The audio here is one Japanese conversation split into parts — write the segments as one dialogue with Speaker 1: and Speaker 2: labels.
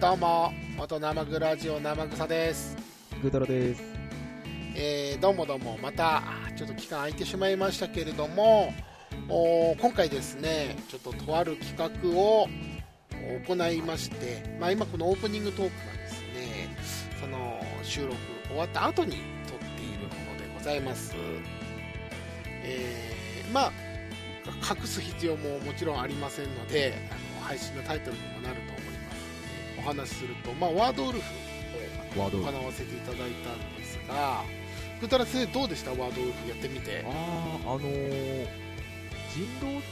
Speaker 1: どうも元生グラジオ生草です
Speaker 2: ぐーたらです。
Speaker 1: えーどうもどうもまたちょっと期間空いてしまいましたけれどもおー今回ですねちょっととある企画を行いまして、まあ、今このオープニングトークがですねその収録終わった後に撮っているものでございますえーまあ隠す必要ももちろんありませんのであの配信のタイトルにもなると思いますお話しすると、まあ、ワードウルフを
Speaker 2: ワードあ
Speaker 1: 行わせていただいたんですが福田先生どうでしたワードウルフやってみて
Speaker 2: あー、あのー、人狼の派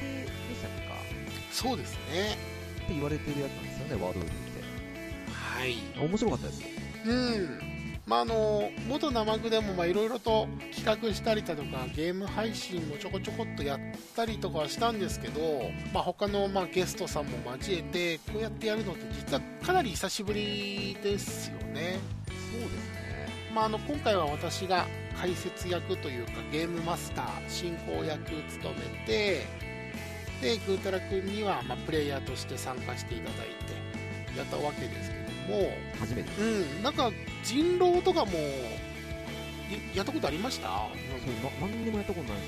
Speaker 2: 生でしたっけ
Speaker 1: そうですね
Speaker 2: かって言われてるやつなんですよね、ワードウルフって。
Speaker 1: はい
Speaker 2: 面白かったですよ。
Speaker 1: うんまああの元生具でもまあいろいろと企画したりだとかゲーム配信もちょこちょこっとやったりとかはしたんですけど、まあ、他のまあゲストさんも交えてこうやってやるのって実はかなり久しぶりですよね
Speaker 2: そうですね。
Speaker 1: まあ、あの今回は私が解説役というかゲームマスター進行役を務めてでぐーたらくんには、まあ、プレイヤーとして参加していただいてやったわけですけども
Speaker 2: 初めて。
Speaker 1: うんなんか人狼とかもいやったことありました
Speaker 2: そう、ま、何にもやったことないん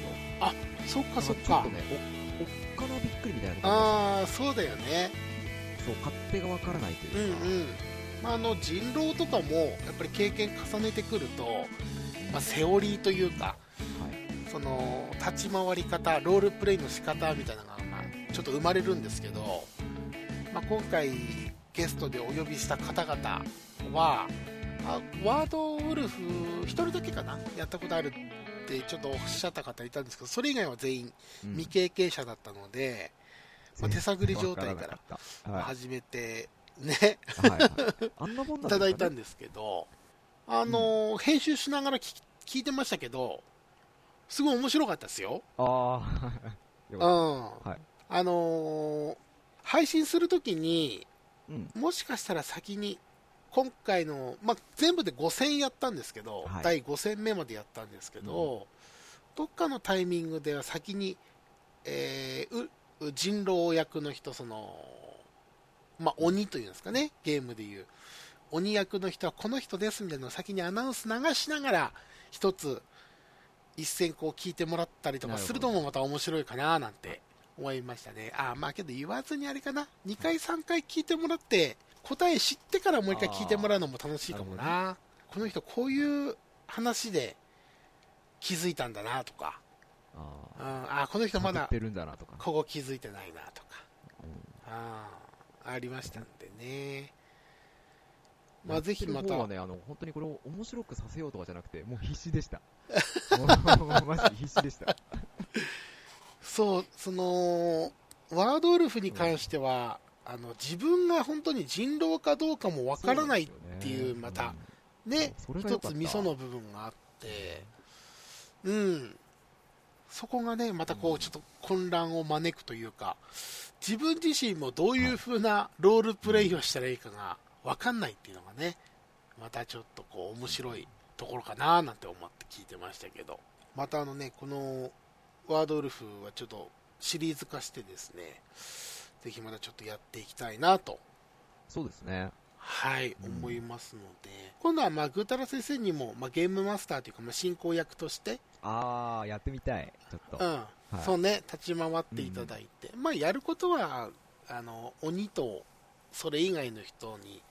Speaker 2: ですよ。
Speaker 1: そっかそっ
Speaker 2: ちょっ
Speaker 1: か
Speaker 2: とね、お、おっかなびっくりみたいな感
Speaker 1: ああそうだよね
Speaker 2: じです。そう、勝手がわからないという
Speaker 1: うん
Speaker 2: か。
Speaker 1: うんまあ、あの人狼とかもやっぱり経験重ねてくると、まあ、セオリーというか
Speaker 2: はい。
Speaker 1: その立ち回り方ロールプレイの仕方みたいなのが、まあ、ちょっと生まれるんですけど、まあ、今回ゲストでお呼びした方々はあワードウルフ1人だけかなやったことあるってちょっとおっしゃった方いたんですけどそれ以外は全員
Speaker 2: うん
Speaker 1: 未経験者だったので、まあ手探り状態から。
Speaker 2: はい。
Speaker 1: 始めてね、
Speaker 2: はいはい。 あんなもん
Speaker 1: い
Speaker 2: なんですかね
Speaker 1: ただいたんですけどあの、編集しながら聞き聞いてましたけどすごい面白かったですよ。
Speaker 2: あー。よ
Speaker 1: う
Speaker 2: かっ
Speaker 1: ん
Speaker 2: はい
Speaker 1: あのー配信するときに
Speaker 2: たうん。
Speaker 1: もしかしたら先に今回の、まあ、全部で5戦やったんですけど、
Speaker 2: はい
Speaker 1: 第5戦目までやったんですけど、どっかのタイミングでは先に、えーうう人狼役の人その、まあ、鬼というんですかねゲームでいう鬼役の人はこの人ですみたいなのを先にアナウンス流しながら一つ一線こう聞いてもらったりとかするともまた面白いかななんて思いましたねああまあけど言わずにあれかな2回3回聞いてもらって答え知ってからもう1回聞いてもらうのも楽しいかもな
Speaker 2: な
Speaker 1: この人こういう話で気づいたんだなとか、
Speaker 2: あ
Speaker 1: うん、ああこの人
Speaker 2: ー。
Speaker 1: ま
Speaker 2: 被っ
Speaker 1: だ
Speaker 2: てるんだなとか。
Speaker 1: ここ気づいてないなとか
Speaker 2: うん
Speaker 1: ああありましたんでねまあぜひま
Speaker 2: やってる
Speaker 1: た
Speaker 2: 方はね、あの、本当にこれを面白くさせようとかじゃなくて、もう必死で した。もうマジ必死でした。
Speaker 1: そう、その、ワードウルフに関しては、あの自分が本当に人狼かどうかもわからない
Speaker 2: って
Speaker 1: いうまた、ね、
Speaker 2: そうそれが
Speaker 1: 一
Speaker 2: 良かっ
Speaker 1: つ
Speaker 2: た
Speaker 1: 味噌の部分があって、うん、そこがね、またこ
Speaker 2: う
Speaker 1: うんちょっと混乱を招くというか、自分自身もどういう風なロールプレイをしたらいいかがわかんないっていうのがね、またちょっとこう面白いところかななんて思って聞いてましたけど、またあのね、このワードウルフはちょっとシリーズ化してですね、ぜひまたちょっとやっていきたいなと
Speaker 2: そうですね。
Speaker 1: はい、
Speaker 2: うん
Speaker 1: 思いますので今度はまあぐーたら先生にも、まあ、ゲームマスターというか、まあ、進行役として、
Speaker 2: あー、やってみたい。ちょっと。
Speaker 1: うん
Speaker 2: い
Speaker 1: そうね、立ち回っていただいて、まあ、やることはあの鬼とそれ以外の人に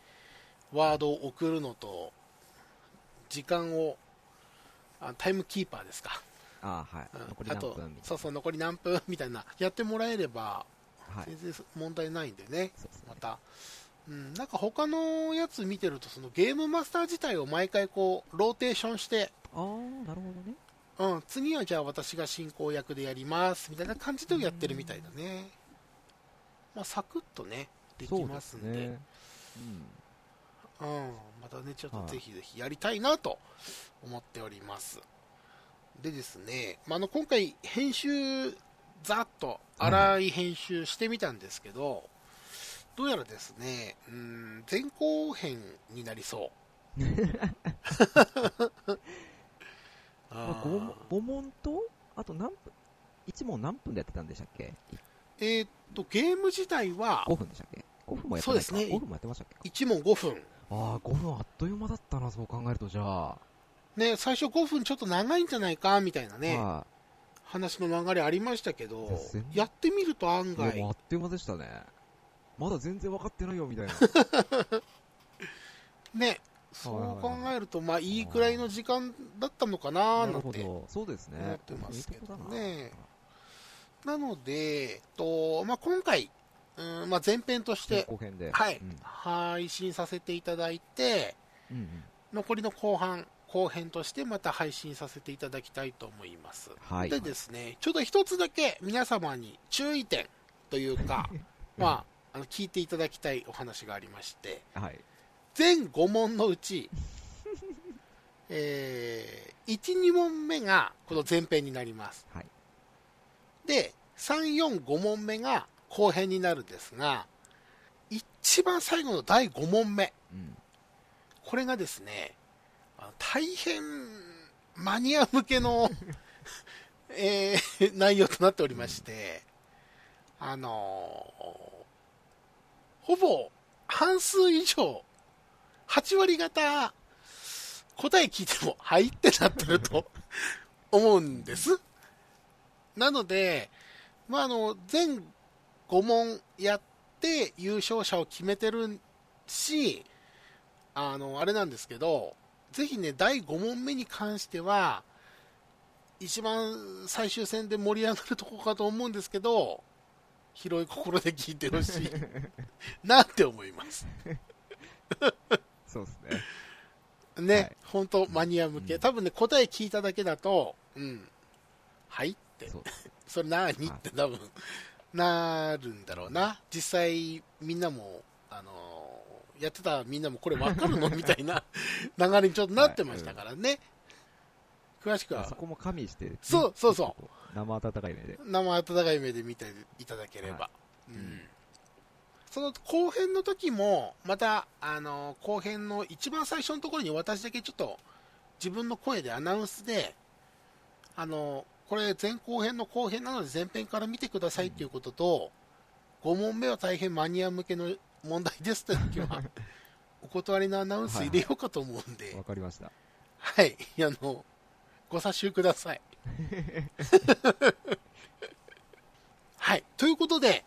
Speaker 1: ワードを送るのと時間をあタイムキーパーですか、
Speaker 2: あー、はい。
Speaker 1: うん
Speaker 2: 残り
Speaker 1: あ
Speaker 2: 何
Speaker 1: と
Speaker 2: 分みたい
Speaker 1: そ
Speaker 2: う
Speaker 1: そう残り何分みたいなやってもらえれば
Speaker 2: な。はい。
Speaker 1: 全然問題ないんでね。
Speaker 2: そうですね
Speaker 1: ま。た、うん、なんか他のやつ見てるとそのゲームマスター自体を毎回こうローテーションして、
Speaker 2: あー、なるほどね。
Speaker 1: うん、次はじゃあ私が進行役でやりますみたいな感じでやってるみたいだね、まあ、サクッとねできますんで
Speaker 2: そう
Speaker 1: う
Speaker 2: ですね。
Speaker 1: ん、またねちょっ
Speaker 2: は
Speaker 1: と
Speaker 2: い
Speaker 1: ぜひぜひやりたいなと思っておりますでですね、まあ、あの今回編集ざっと荒い編集してみたんですけど、どうやらですね、うん、前後編になりそう
Speaker 2: うん。まあ
Speaker 1: あ
Speaker 2: 五
Speaker 1: ー
Speaker 2: 問、五問と、あと何分 ?1 問何分でやってたんでしたっけ
Speaker 1: えーっとゲーム自体は
Speaker 2: ?5 分でしたっけ5分もやって
Speaker 1: そう
Speaker 2: ない
Speaker 1: で
Speaker 2: か
Speaker 1: すね
Speaker 2: 5分もやってましたっけ
Speaker 1: 1問5分、
Speaker 2: ああ、5分あっという間だったな、そう考えると、じゃあ。
Speaker 1: ね、最初5分ちょっと長いんじゃないかみたいなね、
Speaker 2: は
Speaker 1: 話の流れありましたけ
Speaker 2: いや
Speaker 1: ど
Speaker 2: 全然、
Speaker 1: やってみると案
Speaker 2: い。いや、もう
Speaker 1: 外
Speaker 2: あ、っという間でしたね。まだ全然分かってないよ、みたい な。
Speaker 1: ね、そう考えると、まあ、いいくらいの時間だったのか
Speaker 2: な
Speaker 1: なな
Speaker 2: る
Speaker 1: ん
Speaker 2: ほ
Speaker 1: て
Speaker 2: ど。そうですね。
Speaker 1: 思ってますけどね
Speaker 2: いいとこ
Speaker 1: なので、えっとまあ、今回、うんまあ、前編とし
Speaker 2: だな。
Speaker 1: て、
Speaker 2: 後編で。
Speaker 1: はい
Speaker 2: うん
Speaker 1: 配信させていただいて、
Speaker 2: うんうん
Speaker 1: 残りの後半、後編としてまた配信させていただきたいと思います。
Speaker 2: はい。
Speaker 1: でですね、ちょっと一つだけ皆様に注意点という か、まあ、あの聞いていただきたいお話がありまして、
Speaker 2: はい。
Speaker 1: 全5問のうち、 えー、1、2問目がこの前編になります。
Speaker 2: はい
Speaker 1: で、3、4、5問目が後編になるんですが、一番最後の第5問目、
Speaker 2: うん。
Speaker 1: これがですね、あの大変マニア向けの、 えー内容となっておりまして、あのーほぼ半数以上、8割方、答え聞いても、はいってなってると 思うんです。なので、まあ、あの、全5問やって優勝者を決めてるし、あの、あれなんですけど、ぜひね、第5問目に関しては、一番最終戦で盛り上がるとこかと思うんですけど、広い心で聞いてほ しいなって思います。
Speaker 2: そうですね。
Speaker 1: ね、
Speaker 2: はい
Speaker 1: 本当マニア向け、
Speaker 2: うん
Speaker 1: 多分ね、答え聞いただけだと、うん、はい って、
Speaker 2: そう
Speaker 1: それ何っ
Speaker 2: はい
Speaker 1: て多分、なるんだろうな。実際、みんなも、あのーやってたみんなもこれわかるのみたいな流れにちょっとなってましたからね。詳しく
Speaker 2: そ
Speaker 1: は、
Speaker 2: こも加味して、。
Speaker 1: そうそうそう
Speaker 2: 生温かい目で。
Speaker 1: 生温かい目で見ていただければ。
Speaker 2: は
Speaker 1: う
Speaker 2: うんん
Speaker 1: その後編の時も、また、あのー後編の一番最初のところに私だけちょっと、自分の声でアナウンスで、あの、これ前後編の後編なので前編から見てくださいっていうことと、5問目は大変マニア向けの問題ですって時は、お断りのアナウンス入れようかと思うんで
Speaker 2: わ、かりました。
Speaker 1: はい、 あの、ご差しください。はい、ということで、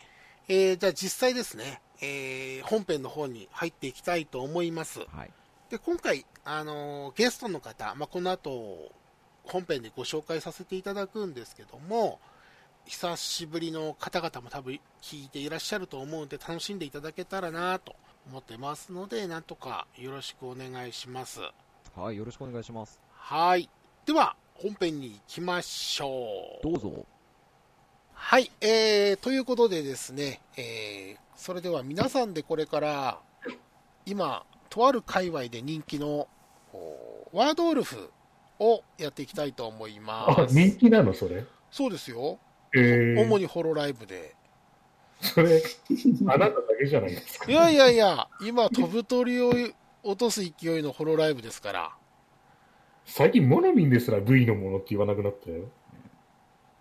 Speaker 1: えーじゃあ実際ですね、えー本編の方に入っていきたいと思います。
Speaker 2: はい。
Speaker 1: で今回、あのーゲストの方、まあ、この後本編でご紹介させていただくんですけども久しぶりの方々も多分聞いていらっしゃると思うんで楽しんでいただけたらなと思ってますのでなんとかよろしくお願いします
Speaker 2: はい、よろしくお願いします。
Speaker 1: はいでは本編に行きましょう
Speaker 2: どうぞ。
Speaker 1: はい、えー、ということでですね、えー、それでは皆さんでこれから、今、とある界隈で人気の、おワードウルフをやっていきたいと思いま
Speaker 3: あ、
Speaker 1: す。
Speaker 3: 人気なのそれ。
Speaker 1: そうですよ。
Speaker 3: え
Speaker 1: 主
Speaker 3: ー、
Speaker 1: にホロライブで。
Speaker 3: それ、あなただけじゃないですか。
Speaker 1: いやいやいや、今、飛ぶ鳥を落とす勢いのホロライブですから。
Speaker 3: 最近、モナミンですら V のものって言わなくなったよ。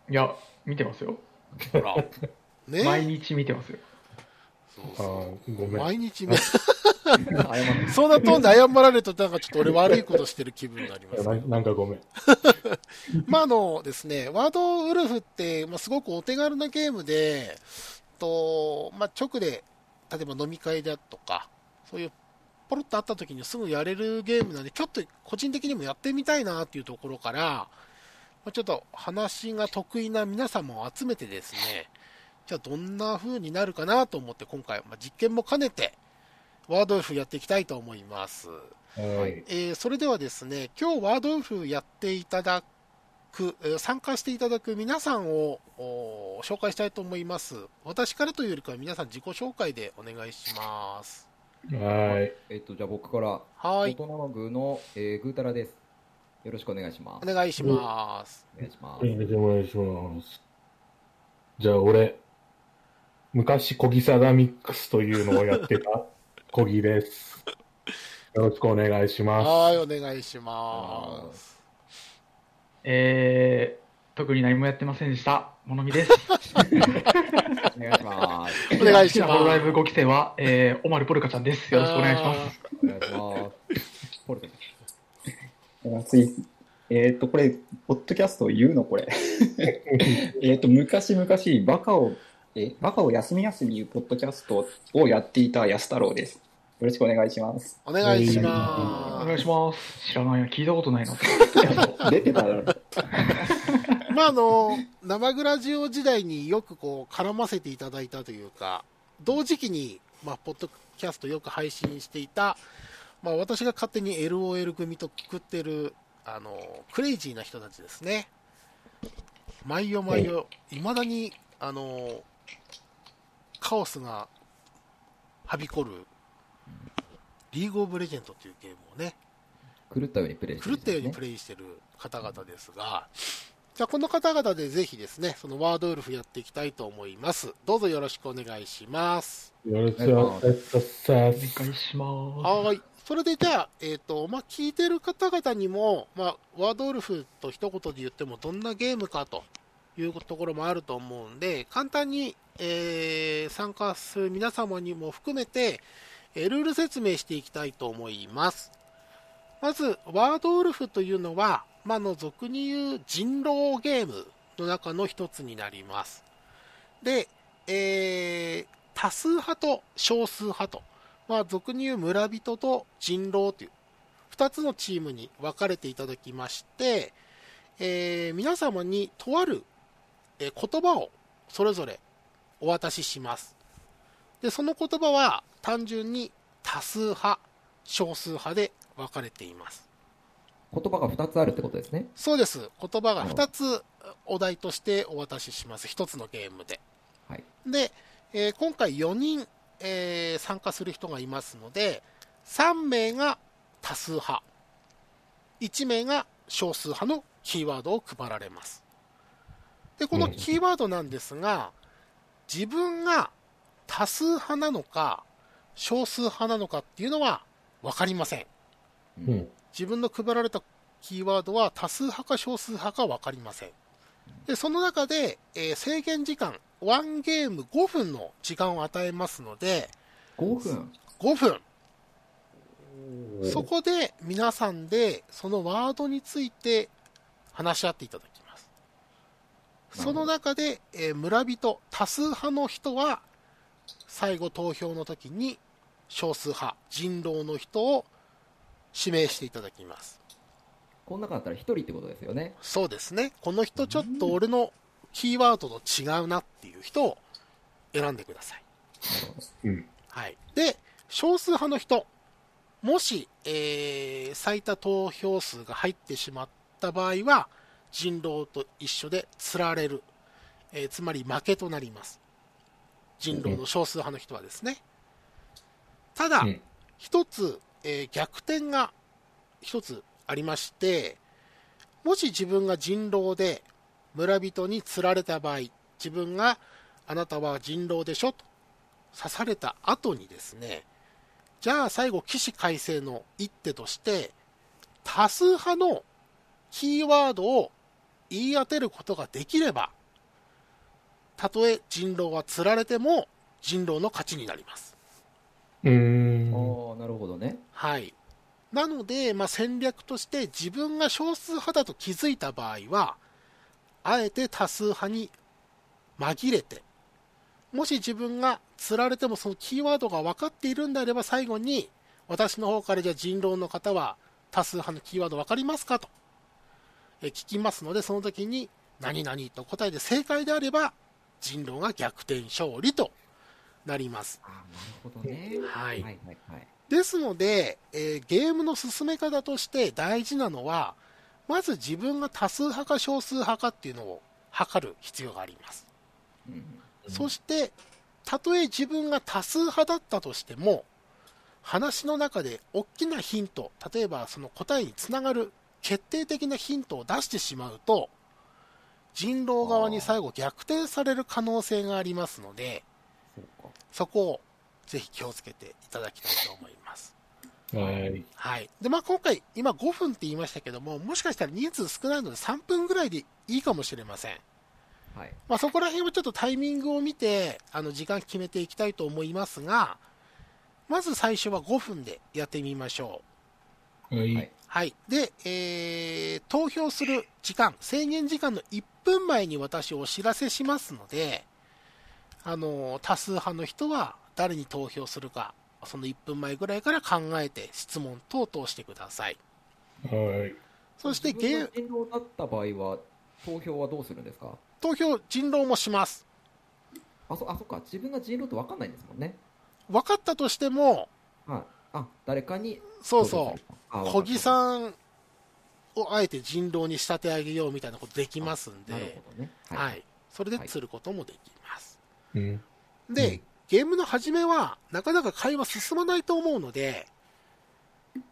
Speaker 4: いや、見てますよ。
Speaker 1: ほ ら。
Speaker 4: 毎
Speaker 1: ね
Speaker 4: 日見てますよ。
Speaker 1: そう
Speaker 3: あ
Speaker 1: そう
Speaker 3: ーごめん。
Speaker 1: 毎日見、
Speaker 4: 謝る
Speaker 1: そんなトーンで謝られると、なんかちょっと俺悪いことしてる気分になります けど
Speaker 3: ななんかごめん。
Speaker 1: まああのですね、ワードウルフって、まあ、すごくお手軽なゲームで、とまあ、直で、例えば飲み会だとか、そういうポロッとあった時にすぐやれるゲームなんで、ちょっと個人的にもやってみたいなっていうところから、まあ、ちょっと話が得意な皆様を集めてですね、じゃあどんな風になるかなと思って今回、まあ、実験も兼ねて、ワードウルフやっていきたいと思います。
Speaker 3: はい。
Speaker 1: えーそれではですね、今日ワードウルフやっていただく、えー参加していただく皆さんをおー紹介したいと思います。私からというよりかは皆さん自己紹介でお願いします。
Speaker 3: はい。
Speaker 5: えっと、じゃあ僕から、
Speaker 1: は
Speaker 5: 大
Speaker 1: い、
Speaker 5: 人の具の、えー、ぐーたらです。よろしくお願いしま
Speaker 1: お
Speaker 5: す。
Speaker 1: 願いします。
Speaker 5: お願いしま
Speaker 3: お願いします。じゃあ、俺、昔、小木サダミックスというのをやってた小木です。よろしくお願いします。
Speaker 1: はい、お願いします。
Speaker 5: す。
Speaker 4: えー、特に何もやってませんでした。ものみです。
Speaker 5: お願いしま す。
Speaker 1: お願いし
Speaker 4: 好きなホロ
Speaker 1: ま
Speaker 4: ライブ5期生は、えー、オマルポルカちゃんです。
Speaker 1: す。
Speaker 4: よろしくお願いします。
Speaker 5: お願いします。ポルトさん
Speaker 6: 次、えーっと、これ、ポッドキャストを言うの これ。えーっと、昔々、バカを、え、バカを休み休み言うポッドキャストをやっていた安太郎です。よろしくお願いし ます。
Speaker 1: お願いし
Speaker 4: お
Speaker 1: ま
Speaker 4: 願いします。知らないや、聞いたことないな。
Speaker 6: 出てたら、
Speaker 1: す。 まああの生グラジオ時代によくこう絡ませていただいたというか、同時期にまあポッドキャストよく配信していた、まあ私が勝手に LOL 組とくくってるあのクレイジーな人たちですね。毎夜毎夜未だにあのカオスがはびこるリーグオブレジェンドというゲームをね。
Speaker 5: 狂ったようにプレイして
Speaker 1: 狂
Speaker 5: る
Speaker 1: っ
Speaker 5: ん
Speaker 1: た
Speaker 5: です
Speaker 1: よ
Speaker 5: ね
Speaker 1: うにプレイしてる方々ですが、じゃあこの方々でぜひですね、そのワードウルフやっていきたいと思います。どうぞよろしくお願いします。
Speaker 3: よろしくお願いし
Speaker 4: お
Speaker 3: ます。
Speaker 4: 願いしま
Speaker 1: はーい。それでじゃあ、えっ、と、まあ、聞いてる方々にも、まあ、ワードウルフと一言で言ってもどんなゲームかというところもあると思うんで、簡単に、えー参加する皆様にも含めて、えールール説明していきたいと思います。まず、ワードウルフというのは、まあ、あの俗に言う人狼ゲームの中の一つになります。で、えー多数派と少数派と、まあ、俗に言う村人と人狼という二つのチームに分かれていただきまして、えー皆様にとある、えー言葉をそれぞれお渡しします。で、その言葉は単純に多数派、少数派で分かれています。
Speaker 5: 言葉が2つあるってことですね。
Speaker 1: そうです。言葉が2つお題としてお渡しします。1つのゲームで。
Speaker 5: はい
Speaker 1: で、えー今回4人、えー参加する人がいますので、3名が多数派、1名が少数派のキーワードを配られます。で、このキーワードなんですが、自分が多数派なのか、少数派なのかっていうのは分かりません。
Speaker 3: うん
Speaker 1: 自分の配られたキーワードは多数派か少数派か分かりませんでその中で、えー制限時間1ゲーム5分の時間を与えますので
Speaker 5: 5分。
Speaker 1: 5分そこで皆さんでそのワードについて話し合っていただきます
Speaker 5: な
Speaker 1: そ
Speaker 5: るほど
Speaker 1: の中で、えー村人多数派の人は最後投票の時に少数派人狼の人を指名していただきます
Speaker 5: この中だったら1人ってことですよね。
Speaker 1: そうですね。この人ちょっと俺のキーワードと違うなっていう人を選んでください。
Speaker 3: うん
Speaker 1: はい。で、少数派の人。もし、えー最多投票数が入ってしまった場合は、人狼と一緒で釣られる。えーつまり負けとなります。人狼の少数派の人はですね。ただ
Speaker 3: うん、
Speaker 1: 一、つ、えー逆転が一つありまして、もし自分が人狼で村人に釣られた場合、自分があなたは人狼でしょと刺された後にですね、じゃあ最後起死回生の一手として、多数派のキーワードを言い当てることができれば、たとえ人狼は釣られても人狼の勝ちになります。
Speaker 3: うーん。
Speaker 5: ああ、なるほどね。
Speaker 1: はい。なので、まあ、戦略として自分が少数派だと気づいた場合は、あえて多数派に紛れて、もし自分が釣られてもそのキーワードが分かっているんであれば最後に、私の方からじゃあ人狼の方は多数派のキーワード分かりますかとえ聞きますので、その時に何々と答えて正解であれば人狼が逆転勝利となります。
Speaker 5: ああ、なるほどね。
Speaker 1: は
Speaker 5: はいいはいはい。
Speaker 1: ですので、えーゲームの進め方として大事なのは、まず自分が多数派か少数派かっていうのを測る必要があります。
Speaker 5: うん
Speaker 1: そして、たとえ自分が多数派だったとしても、話の中で大きなヒント、例えばその答えにつながる決定的なヒントを出してしまうと、人狼側に最後逆転される可能性がありますので、
Speaker 5: そうか。
Speaker 1: そこをぜひ気をつけていただきたいと思います。
Speaker 3: はい。
Speaker 1: はい。で、まあ今回、今5分って言いましたけども、もしかしたら人数少ないので3分ぐらいでいいかもしれません。
Speaker 5: はい。
Speaker 1: まあそこら辺はちょっとタイミングを見て、あの時間決めていきたいと思いますが、まず最初は5分でやってみましょう。
Speaker 3: はい。
Speaker 5: はい
Speaker 1: はい。で、えー、投票する時間、制限時間の1分前に私お知らせしますので、あの、多数派の人は誰に投票するか、その1分前ぐらいから考えて質問等々してください。
Speaker 3: はい。
Speaker 1: そして
Speaker 5: 自
Speaker 1: ゲ
Speaker 5: 分
Speaker 1: ー
Speaker 5: が人狼だった場合は、投票はどうするんですか
Speaker 1: 投票人狼もします
Speaker 5: あ、そ、あ、そっか。自分が人狼って分かんないんですもんね。
Speaker 1: 分かったとしても
Speaker 5: はい。あ、誰かに。
Speaker 1: そうそう
Speaker 5: あ。
Speaker 1: 小木
Speaker 5: ん。
Speaker 1: さんをあえて人狼に仕立て上げようみたいなことできますんで
Speaker 5: なるほどね。
Speaker 1: はい、
Speaker 5: はい。
Speaker 1: それで釣ることもできます、
Speaker 3: うん。
Speaker 1: で、
Speaker 3: うん
Speaker 1: ゲームの始めはなかなか会話進まないと思うので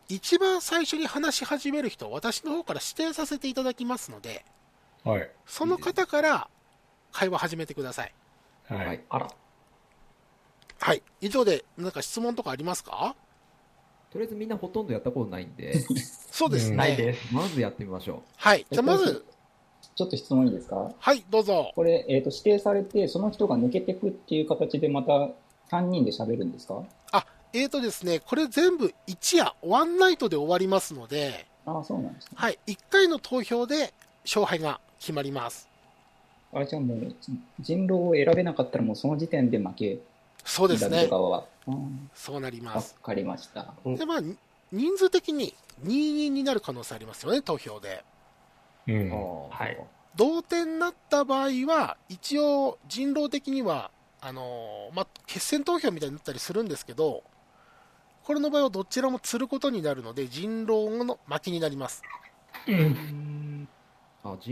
Speaker 1: 一番最初に話し始める人私の方から指定させていただきますので
Speaker 3: はい。
Speaker 1: その方から会話始めてください
Speaker 3: は
Speaker 5: はいい。
Speaker 4: あら。
Speaker 1: はい以上で何か質問とかありますか
Speaker 5: とりあえずみんなほとんどやったことないんで、
Speaker 1: そうですね、
Speaker 3: うん
Speaker 4: ないです。
Speaker 5: まずやってみましょ
Speaker 1: はいじゃあまず
Speaker 6: ちょっと質問いいですか
Speaker 1: はいどうぞ
Speaker 6: これ、えっ、と、指定されて、その人が抜けてくっていう形でまた3人で喋るんですか
Speaker 1: えーとですね、これ全部一夜、ワンナイトで終わりますので、
Speaker 6: ああ、そうなんですね。
Speaker 1: はい、1回の投票で勝敗が決まります。
Speaker 6: あじゃあもう、人狼を選べなかったらもうその時点で負け
Speaker 1: そうです
Speaker 6: だ
Speaker 1: ね
Speaker 6: と、かは。うん
Speaker 1: そうなり
Speaker 6: わ、
Speaker 1: ます。
Speaker 6: かりました。
Speaker 1: で、まあ、に人数的に22になる可能性ありますよね、投票で。
Speaker 3: う
Speaker 5: う。
Speaker 3: ん。
Speaker 5: あー
Speaker 4: はい。
Speaker 1: 同点になった場合は、一応、人狼的には、あのーまあ、決選投票みたいになったりするんですけど、これの場合はどちらも釣ることになるので、人狼の負けになります。
Speaker 5: あ、人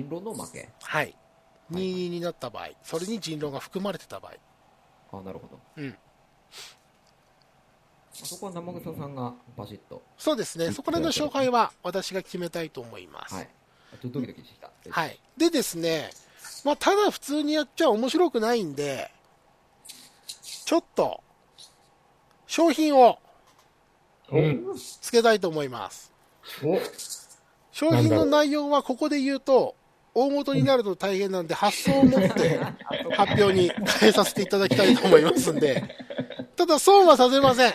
Speaker 5: 狼の負け。
Speaker 1: はい。22になった場合、それに人狼が含まれてた場合。
Speaker 5: あ、なるほど。
Speaker 1: うん
Speaker 5: あそこは生草さんがバシッと。
Speaker 1: そうですね、そこら辺の勝敗は私が決めたいと思います。
Speaker 5: はい。あちょっとドキドキしてきた。
Speaker 1: はいでですね、まあ、ただ普通にやっちゃ面白くないんで、ちょっと商品を
Speaker 3: うん。
Speaker 1: 付けたいと思います。
Speaker 4: お
Speaker 1: 商品の内容はここで言うと、大元になると大変なんで、発想を持って発表に変えさせていただきたいと思いますんで、ただ損はさせません。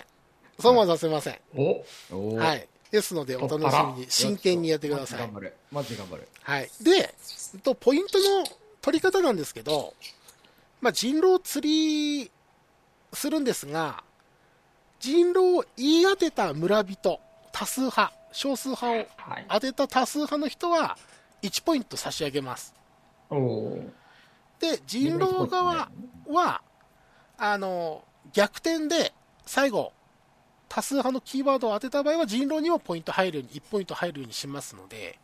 Speaker 1: 損はさせません。
Speaker 4: お
Speaker 5: おー
Speaker 1: はい。ですので、お楽しみに、真剣にやってください
Speaker 5: マジ。頑張る。マジで頑張る。
Speaker 1: はい、で、えっと、ポイントの取り方なんですけど、まあ、人狼を釣りするんですが、人狼を言い当てた村人、多数派、少数派を
Speaker 4: はい。
Speaker 1: 当てた多数派の人は1ポイント差し上げます。
Speaker 4: おお。
Speaker 1: で、人狼側は、あの、逆転で最後、多数派のキーワードを当てた場合は人狼にもポイント入るように、1ポイント入るようにしますので、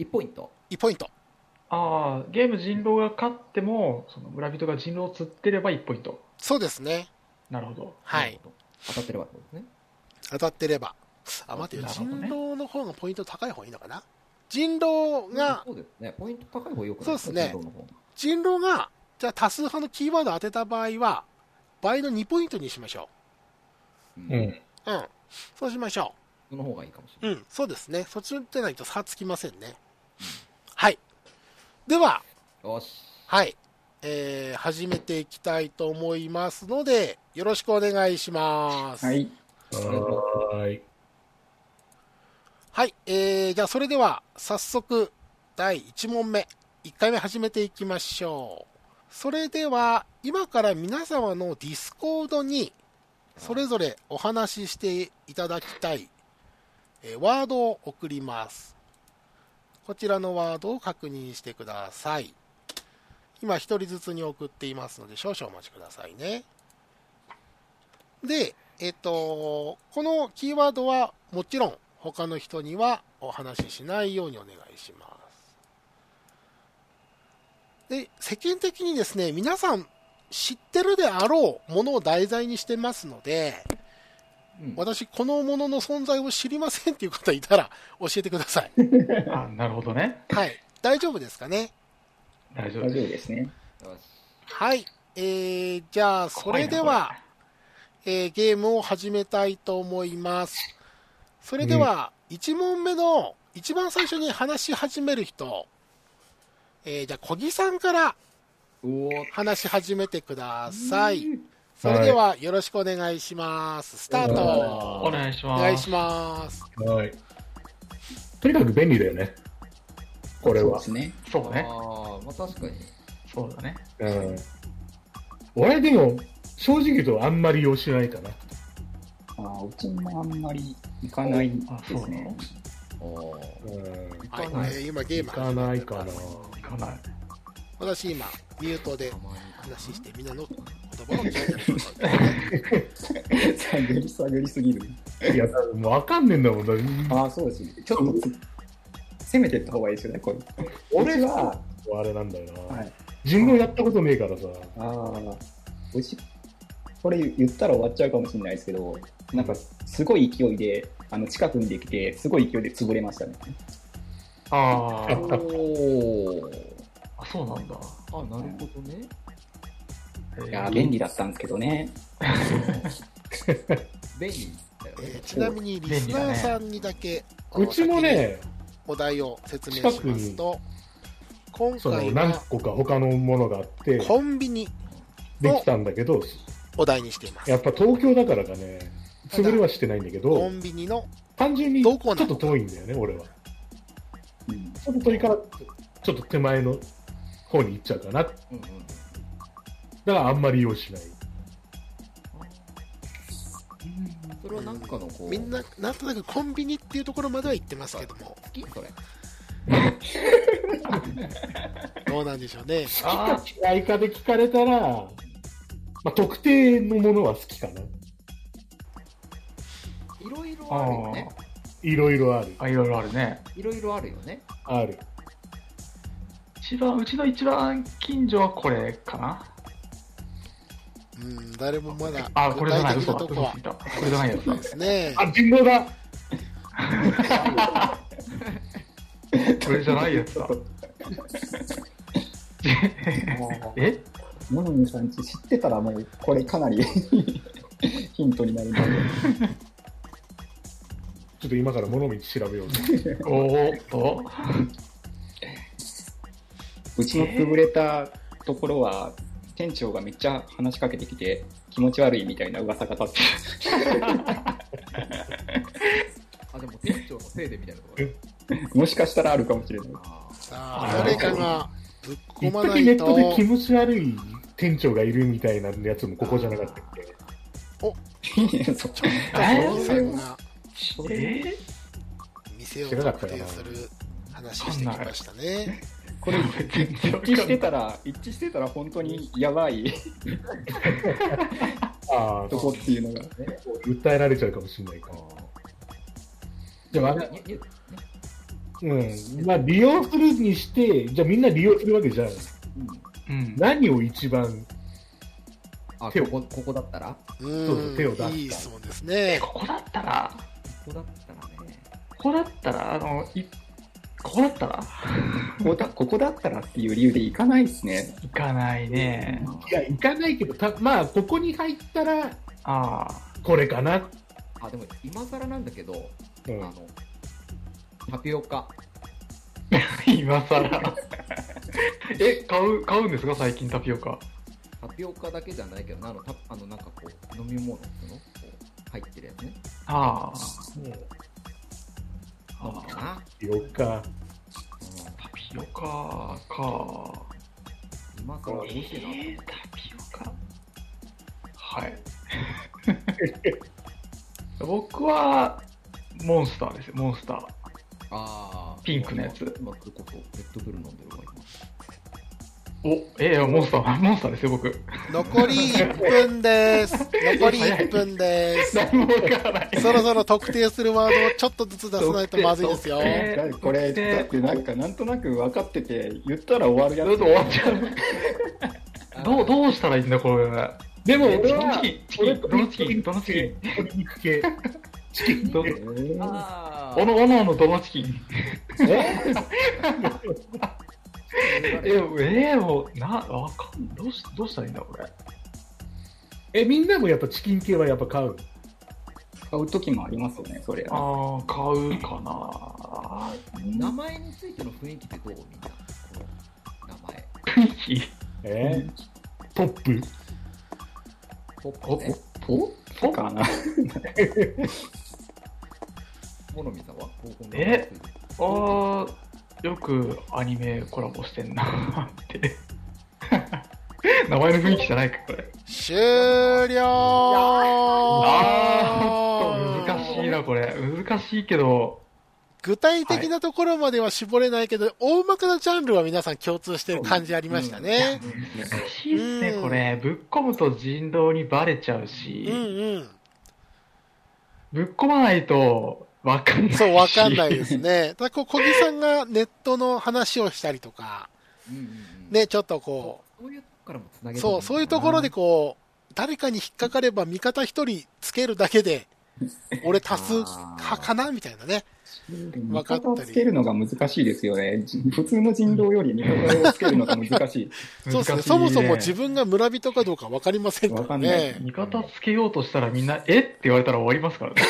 Speaker 5: 1ポイント。
Speaker 1: 1ポイント。
Speaker 4: ああ、ゲーム人狼が勝っても、その村人が人狼を釣ってれば1ポイント。
Speaker 1: そうですね。
Speaker 4: なるほど。
Speaker 1: は
Speaker 5: ないる。ほど。当たってればってことですね。
Speaker 1: 当たってれば。あ、待てよ、
Speaker 4: なる
Speaker 1: 人
Speaker 4: ほどね
Speaker 1: 狼の方がポイント高い方がいいのかな人狼が、
Speaker 5: そうですね。ポイント高い方がよくない
Speaker 1: そうですね
Speaker 5: 人狼の方
Speaker 1: 人狼が、じゃあ多数派のキーワードを当てた場合は、倍の2ポイントにしましょ
Speaker 5: うん
Speaker 3: うん。
Speaker 1: う。うん。そうしましょ
Speaker 5: その方がいいかもしれ
Speaker 1: う。
Speaker 5: な
Speaker 1: う
Speaker 5: い。
Speaker 1: ん、そうですね。そっちでないと差つきませんね。はい。では、
Speaker 5: よし。
Speaker 1: はい。えー、始めていきたいと思いますので、よろしくお願いします。
Speaker 6: は。い。
Speaker 3: はい。
Speaker 1: はい、えー、じゃあそれでは早速第1問目1回目始めていきましょうそれでは今から皆様のディスコードにそれぞれお話ししていただきたい、えーワードを送りますこちらのワードを確認してください今1人ずつに送っていますので少々お待ちくださいねで、えっと、このキーワードはもちろん他の人にはお話ししないようにお願いします。で、世間的にですね、皆さん知ってるであろうものを題材にしてますので、
Speaker 5: うん
Speaker 1: 私、このものの存在を知りませんっていう方いたら教えてください。
Speaker 4: あなるほどね。
Speaker 1: はい。大丈夫ですかね
Speaker 4: 大丈夫
Speaker 6: 大
Speaker 4: です。
Speaker 6: 丈夫ですね。
Speaker 5: よし。
Speaker 1: はい。えー、じゃあ、それでは、えーゲームを始めたいと思います。それでは、1問目の一番最初に話し始める人、えーじゃあ、小木さんから
Speaker 5: おお
Speaker 1: 話し始めてください。それでは、よろしくお願いします。スタート。
Speaker 4: お願いし
Speaker 1: お
Speaker 4: ます。
Speaker 1: 願いします。
Speaker 3: はい。とにかく便利だよね。これは。
Speaker 6: そうですね。
Speaker 4: そうね。
Speaker 5: ああ、まあ確かに。
Speaker 4: そうだね。
Speaker 3: うん。俺でも、正直言うとあんまり用しないかな。
Speaker 6: ああ、うちもあんまり行かない
Speaker 4: あ、
Speaker 6: で
Speaker 4: そう
Speaker 6: す
Speaker 4: な
Speaker 6: ね
Speaker 4: の。
Speaker 5: あ
Speaker 3: うん。
Speaker 1: はい、え
Speaker 4: はい
Speaker 1: ー今ゲー
Speaker 3: い
Speaker 1: ム
Speaker 3: かないかな。
Speaker 4: 行かない。
Speaker 1: 私今、ミュートで
Speaker 5: あ、たまに。
Speaker 1: 話してみんなの言 葉を聞いてる。
Speaker 6: 探り探りすぎる。
Speaker 3: いや、もうわかんねえんだもん。だって
Speaker 6: ああ、そうですね。ちょっとつ攻めてった方がいいですよね、これ。
Speaker 3: 俺
Speaker 6: 俺
Speaker 3: は
Speaker 6: は、
Speaker 3: あれなんだよな。
Speaker 6: はい。
Speaker 3: 人狼やったことねえからさ。
Speaker 6: ああ、うち、これ言ったら終わっちゃうかもしれないですけど、なんか、すごい勢いで、あの、近くにできて、すごい勢いで潰れましたね。
Speaker 4: あー
Speaker 5: おお。
Speaker 4: あ、そうなんだ。
Speaker 5: あ、なるほどね。
Speaker 6: いや
Speaker 4: え
Speaker 6: ー、
Speaker 4: ー
Speaker 6: 便利だったんですけどね。
Speaker 5: 便利だよ
Speaker 1: えー。
Speaker 5: ね
Speaker 1: ちなみにリスナーさんにだけ、
Speaker 3: うちもね、
Speaker 1: お題を説明しますと今
Speaker 3: その
Speaker 1: 回
Speaker 3: 何
Speaker 1: は
Speaker 3: 個か他のものがあって、
Speaker 1: コンビニ
Speaker 3: できたんだけど、
Speaker 1: お題にしています
Speaker 3: やっぱ東京だからかね、潰れはしてないんだけ
Speaker 1: コ
Speaker 3: ど、
Speaker 1: ンビニの
Speaker 3: 単純にちょ
Speaker 1: ど
Speaker 3: っ
Speaker 1: こなの
Speaker 3: と遠いんだよね、俺は。
Speaker 6: うん。
Speaker 3: ちょっと遠いから、ちょっと手前の方に行っちゃうかな。だか
Speaker 5: うんうん。
Speaker 3: らあんまり用しない。
Speaker 5: それはなんかのこう、
Speaker 1: みんななんとなくコンビニっていうところまでは行ってますけども
Speaker 5: 好きそれ。
Speaker 1: どうなんでしょうね
Speaker 4: あ
Speaker 3: 好きか嫌いかで聞かれたら、まあ、特定のものは好きかな。
Speaker 5: いろいろあるよね。
Speaker 3: いろいろある。
Speaker 4: あ、いろいろあるね。
Speaker 5: いろいろあるよね。
Speaker 3: ある。
Speaker 4: 一番、うちの一番近所はこれかな。
Speaker 1: うん誰もまだ
Speaker 4: あ、これじゃない、
Speaker 1: 具
Speaker 4: 嘘
Speaker 1: 体
Speaker 4: だ。
Speaker 1: 的なと
Speaker 4: 嘘
Speaker 1: こは
Speaker 4: ついた。これじゃないやつだ。
Speaker 1: ですね
Speaker 3: あ、人狼だ
Speaker 4: これじゃないやつだ。え
Speaker 6: モノミさんち知ってたらもう、これかなり ヒントになるんだけど。
Speaker 3: ちょっと今から物道調べようぜ。
Speaker 4: おーっと。
Speaker 6: うちの潰れたところは、店長がめっちゃ話しかけてきて、気持ち悪いみたいな噂が立
Speaker 5: あ、でも店長のせいでみたいなところ。
Speaker 6: って、も しかしたらあるかもしれない。
Speaker 5: あー
Speaker 1: さあ誰かがぶっ込
Speaker 3: 一
Speaker 1: まな
Speaker 3: 時ネ
Speaker 1: い
Speaker 3: ットで
Speaker 1: と
Speaker 3: 気持ち悪い店長がいるみたいなやつもここじゃなかったっけ
Speaker 6: そう
Speaker 1: ちょっと小木さんが
Speaker 4: え
Speaker 1: 店を特定する話をしてきましたね
Speaker 6: これ、一致してたら、一致してたら本当にやばい
Speaker 3: ああ、
Speaker 6: とこっていうのが。
Speaker 3: 訴えられちゃうかもしれないか
Speaker 5: あ
Speaker 3: ら。
Speaker 5: ー。
Speaker 3: じゃあ、あ
Speaker 5: にに
Speaker 3: うん。まあ、利用するにして、じゃあみんな利用するわけじゃん。
Speaker 5: うん
Speaker 4: うん。
Speaker 3: 何を一番、
Speaker 5: あ、
Speaker 3: 手を
Speaker 5: ここ、ここだったらこ
Speaker 1: うん
Speaker 3: そうそう手を出した
Speaker 1: いい質問ですね
Speaker 4: ここだったら、
Speaker 5: こだったらね。
Speaker 4: ここだったら、あの、い、ここだったら
Speaker 6: ここだ、ここだったらっていう理由で行かないですね。
Speaker 4: 行かないね。
Speaker 3: いや、行かないけど、たまあ、ここに入ったら、
Speaker 4: あ
Speaker 3: これかな。
Speaker 5: あ、でも今更なんだけど、
Speaker 3: う
Speaker 5: あ
Speaker 3: ん。
Speaker 5: の、タピオカ。
Speaker 4: あ。 今更。 え、買う、買うんですか最近タピオカ。
Speaker 5: タピオカだけじゃないけど、あの、たあのなんかこう、飲み物っていうのこう入ってるやつね。
Speaker 4: あ
Speaker 5: 飲む
Speaker 4: あ
Speaker 5: か。な。
Speaker 3: よっか。
Speaker 5: うん
Speaker 4: タピオカか。
Speaker 5: 今更美味しいなって
Speaker 4: えー、タピオカはい。 僕は、モンスターですよ、モンスター。
Speaker 5: ああ。
Speaker 4: ピンクのやつ
Speaker 5: 今、それこそ、ペットブル飲んでるわ、今。
Speaker 4: お、えー、モンスター、 モンスターですよ、僕。
Speaker 1: 残り1分です。残り1分です。
Speaker 4: 何もわからない。
Speaker 1: そろそろ特定するワードをちょっとずつ出さないとまずいですよ。
Speaker 4: え
Speaker 6: だこれ、
Speaker 4: で
Speaker 6: だってなんか、なんとなく分かってて、言ったら終わるや
Speaker 4: どう
Speaker 6: つ。
Speaker 4: ぞ終わっちゃう。どう、
Speaker 5: う
Speaker 4: どうしたらいいんだ、これ。
Speaker 3: でも
Speaker 4: え
Speaker 3: 俺
Speaker 4: チキン
Speaker 3: は、
Speaker 4: チキン、どのチキン、どのチキン。
Speaker 3: 鶏肉系。
Speaker 4: ど
Speaker 6: えー
Speaker 5: ああ。
Speaker 4: おのおのおのどのチキン。
Speaker 3: え
Speaker 4: え、えー、もう、な、わかん、どうし、どうしたらいいんだ、これ。
Speaker 3: え、みんなもやっぱチキン系はやっぱ買う。
Speaker 6: 買う時も ありますよね、それは。
Speaker 4: ああ、買うかな。
Speaker 5: 名前についての雰囲気ってどうみんな。この名前。
Speaker 4: 雰囲気
Speaker 3: えーポップ。
Speaker 5: ポップね。
Speaker 6: ポップかな
Speaker 5: モノミさんは高校の
Speaker 4: えああ、よくアニメコラボしてんなって。 名前の雰囲気じゃないか、これ。
Speaker 1: 終了
Speaker 4: ああ、難しいな、これ。難しいけど、
Speaker 1: 具体的なところまでは絞れないけど、大まかなジャンルは皆さん共通してる感じありましたね。
Speaker 4: 難しいですね
Speaker 1: う、ん
Speaker 4: これ。ぶっ込むと人道にバレちゃう
Speaker 1: うん
Speaker 4: し、
Speaker 1: うん。
Speaker 4: ぶっ込まないとわかんないし。
Speaker 1: そう、わかん ないですね。ただ、こう、小木さんがネットの話をしたりとか、
Speaker 5: うんうんうん、
Speaker 1: ね、ちょっと
Speaker 5: そ
Speaker 1: こ
Speaker 5: うそういうとこからもつなげ
Speaker 1: う、
Speaker 5: て
Speaker 1: そう、そういうところでこう、誰かに引っかかれば味方一人つけるだけで、俺多数派かなみたいなね。
Speaker 6: 味方をつけるのが難しいですよね。普通の人狼より味方をつけるのが難し
Speaker 1: そうですね。
Speaker 4: 難しい
Speaker 1: そもそも自分が村人かどうかわかりませんか
Speaker 6: わからんない
Speaker 1: ね。
Speaker 4: 味方つけようとしたらみんな、えって言われたら終わりますからね。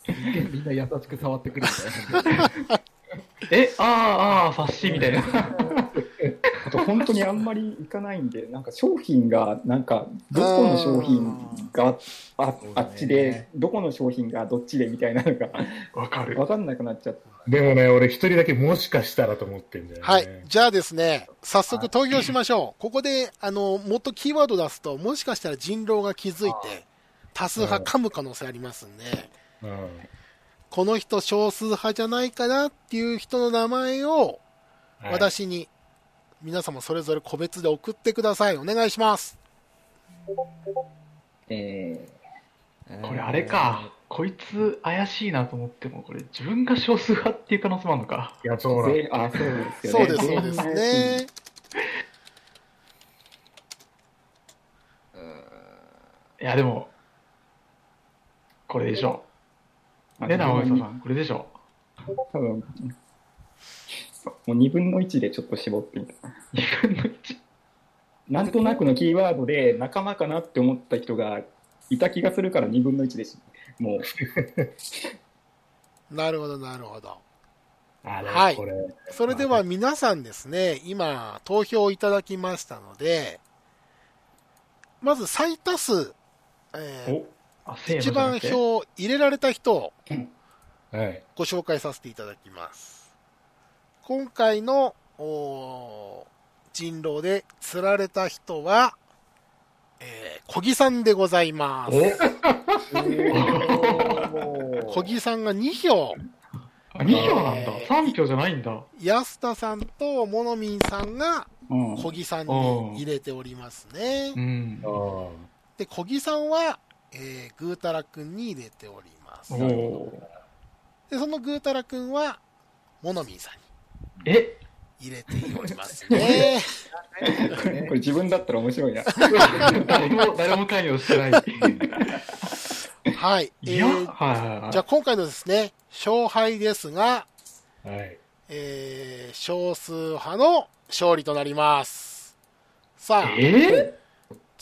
Speaker 5: みんな優しく触ってくるみたいな。
Speaker 4: え、ああ、ああ、察しみたいな。
Speaker 6: い。あと本当にあんまりいかないんで、なんか商品が、なんか、どこの商品がああっちで、どこの商品がどっちでみたいなのが
Speaker 4: わかる。
Speaker 6: わかんなくなっちゃって。
Speaker 3: でもね、俺一人だけもしかしたらと思ってんだよね。
Speaker 1: はい。じゃあですね、早速投票しましょう。ここで、あの、もっとキーワード出すと、もしかしたら人狼が気づいて、多数派噛む可能性ありますんで、
Speaker 3: うん。
Speaker 1: この人少数派じゃないかなっていう人の名前を、
Speaker 3: はい、
Speaker 1: 私に、皆様それぞれ個別で送ってください。お願いします。
Speaker 6: え
Speaker 4: これあれか。こいつ怪しいなと思っても、これ自分が少数派っていう可能性もあるのか。
Speaker 3: いや、
Speaker 6: ー
Speaker 3: そうなんだ
Speaker 6: ぜあ、そうですよ
Speaker 1: そう
Speaker 6: ね。
Speaker 1: です、そうですね。
Speaker 4: いや、でも、これでしょ
Speaker 6: あ。
Speaker 4: ね、直江さん、これでしょ。
Speaker 6: 多分、もう2分の1でちょっと絞ってみた。
Speaker 4: 2分の1。
Speaker 6: なんとなくのキーワードで仲間かなって思った人がいた気がするから2分の1です。もう、
Speaker 1: なるほど、なるほど。
Speaker 3: あれ、
Speaker 1: はい
Speaker 3: これ。
Speaker 1: それでは皆さんですね、今、投票いただきましたので、まず最多数、え
Speaker 4: おあ、
Speaker 1: ー
Speaker 4: せーのじ
Speaker 1: 一
Speaker 4: ゃな
Speaker 1: 番
Speaker 4: くて。
Speaker 1: 票入れられた人を
Speaker 3: はい。
Speaker 1: ご紹介させていただきます。今回のおー人狼で釣られた人は、えー小木さんでございます。小木さんが2票、
Speaker 4: あ、2票なんだ。3票じゃないんだ。
Speaker 1: 安田さんとモノミンさんが
Speaker 6: うん、
Speaker 1: 小木さんに入れておりますね。
Speaker 4: うん
Speaker 3: あ。ー
Speaker 1: で、小木さんは、えー、ぐーたらくんに入れております。
Speaker 4: おお。
Speaker 1: で、そのぐーたらくんは、モノミンさん
Speaker 4: え、
Speaker 1: に入れておりますね。
Speaker 6: これ自分だったら面白いな。
Speaker 4: 誰も、誰も関与してない。
Speaker 1: はい。え
Speaker 4: いや、はい
Speaker 1: ー
Speaker 4: はいはい。
Speaker 1: じゃあ今回のですね、勝敗ですが、
Speaker 3: はい。
Speaker 1: えー、少数派の勝利となります。さあ、
Speaker 4: え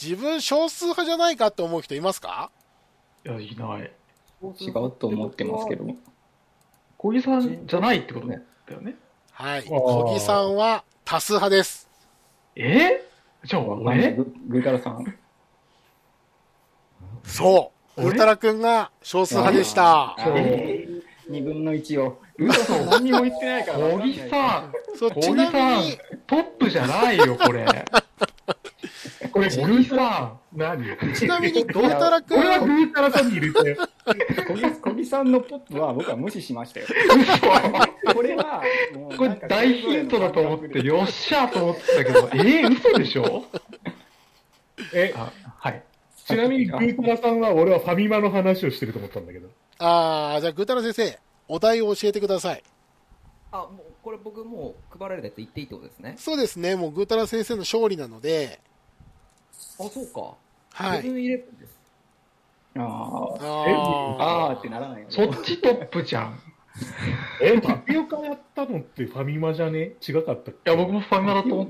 Speaker 1: 自分少数派じゃないかって思う人いますか
Speaker 4: ー、いや、いない。
Speaker 6: 違うと思ってますけど。
Speaker 4: 小木さんじゃないってことだよね。
Speaker 1: はい。
Speaker 3: ー
Speaker 1: 小木さんは多数派です。
Speaker 4: えー、じゃあ
Speaker 6: わかんない
Speaker 4: 俺
Speaker 6: ぐぐーたらさん。
Speaker 1: そう。
Speaker 4: 俺
Speaker 1: ぐーたらくんが少数派でした。
Speaker 6: 2分の1を。ぐーたらさん何にも言ってないからわ
Speaker 4: 小
Speaker 6: かんない。
Speaker 4: 木さん、
Speaker 1: そう、
Speaker 4: 小
Speaker 1: ち
Speaker 4: 木
Speaker 1: な
Speaker 4: さ
Speaker 1: み
Speaker 4: ん
Speaker 1: に、、
Speaker 4: トップじゃないよ、これ。
Speaker 3: これ、
Speaker 4: 小木さ
Speaker 3: 何
Speaker 1: ちなみ に、どうたらくん
Speaker 3: 俺はグータラさんに入れて。
Speaker 6: 小木小木さんのポップは僕は無視しましたよ。
Speaker 4: ん、嘘。
Speaker 6: これは、もう
Speaker 4: こ
Speaker 6: な
Speaker 4: れ
Speaker 6: んか
Speaker 4: 大ヒントだと思って、よっしゃーと思ってたけど、えー、嘘でしょ
Speaker 3: え、
Speaker 4: あはい。
Speaker 3: ちなみにグータラさんは俺はファミマの話をしてると思ったんだけど。
Speaker 1: ああ、じゃあ、ぐーたら先生、お題を教えてください。
Speaker 5: あ、もう、これ僕もう配られたやつ言っていいってことですね。
Speaker 1: そうですね、もうぐーたら先生の勝利なので、
Speaker 5: あ、そうか。
Speaker 1: は
Speaker 5: セブ
Speaker 1: い。
Speaker 5: ンイレブンです。
Speaker 6: あ
Speaker 1: あ
Speaker 6: ー
Speaker 1: あ
Speaker 6: あーってならないよね。
Speaker 4: そっちトップじゃん。
Speaker 3: え、タピオカやったのってファミマじゃね違かったっ
Speaker 4: い
Speaker 3: け
Speaker 4: や、僕もファミマだと思っ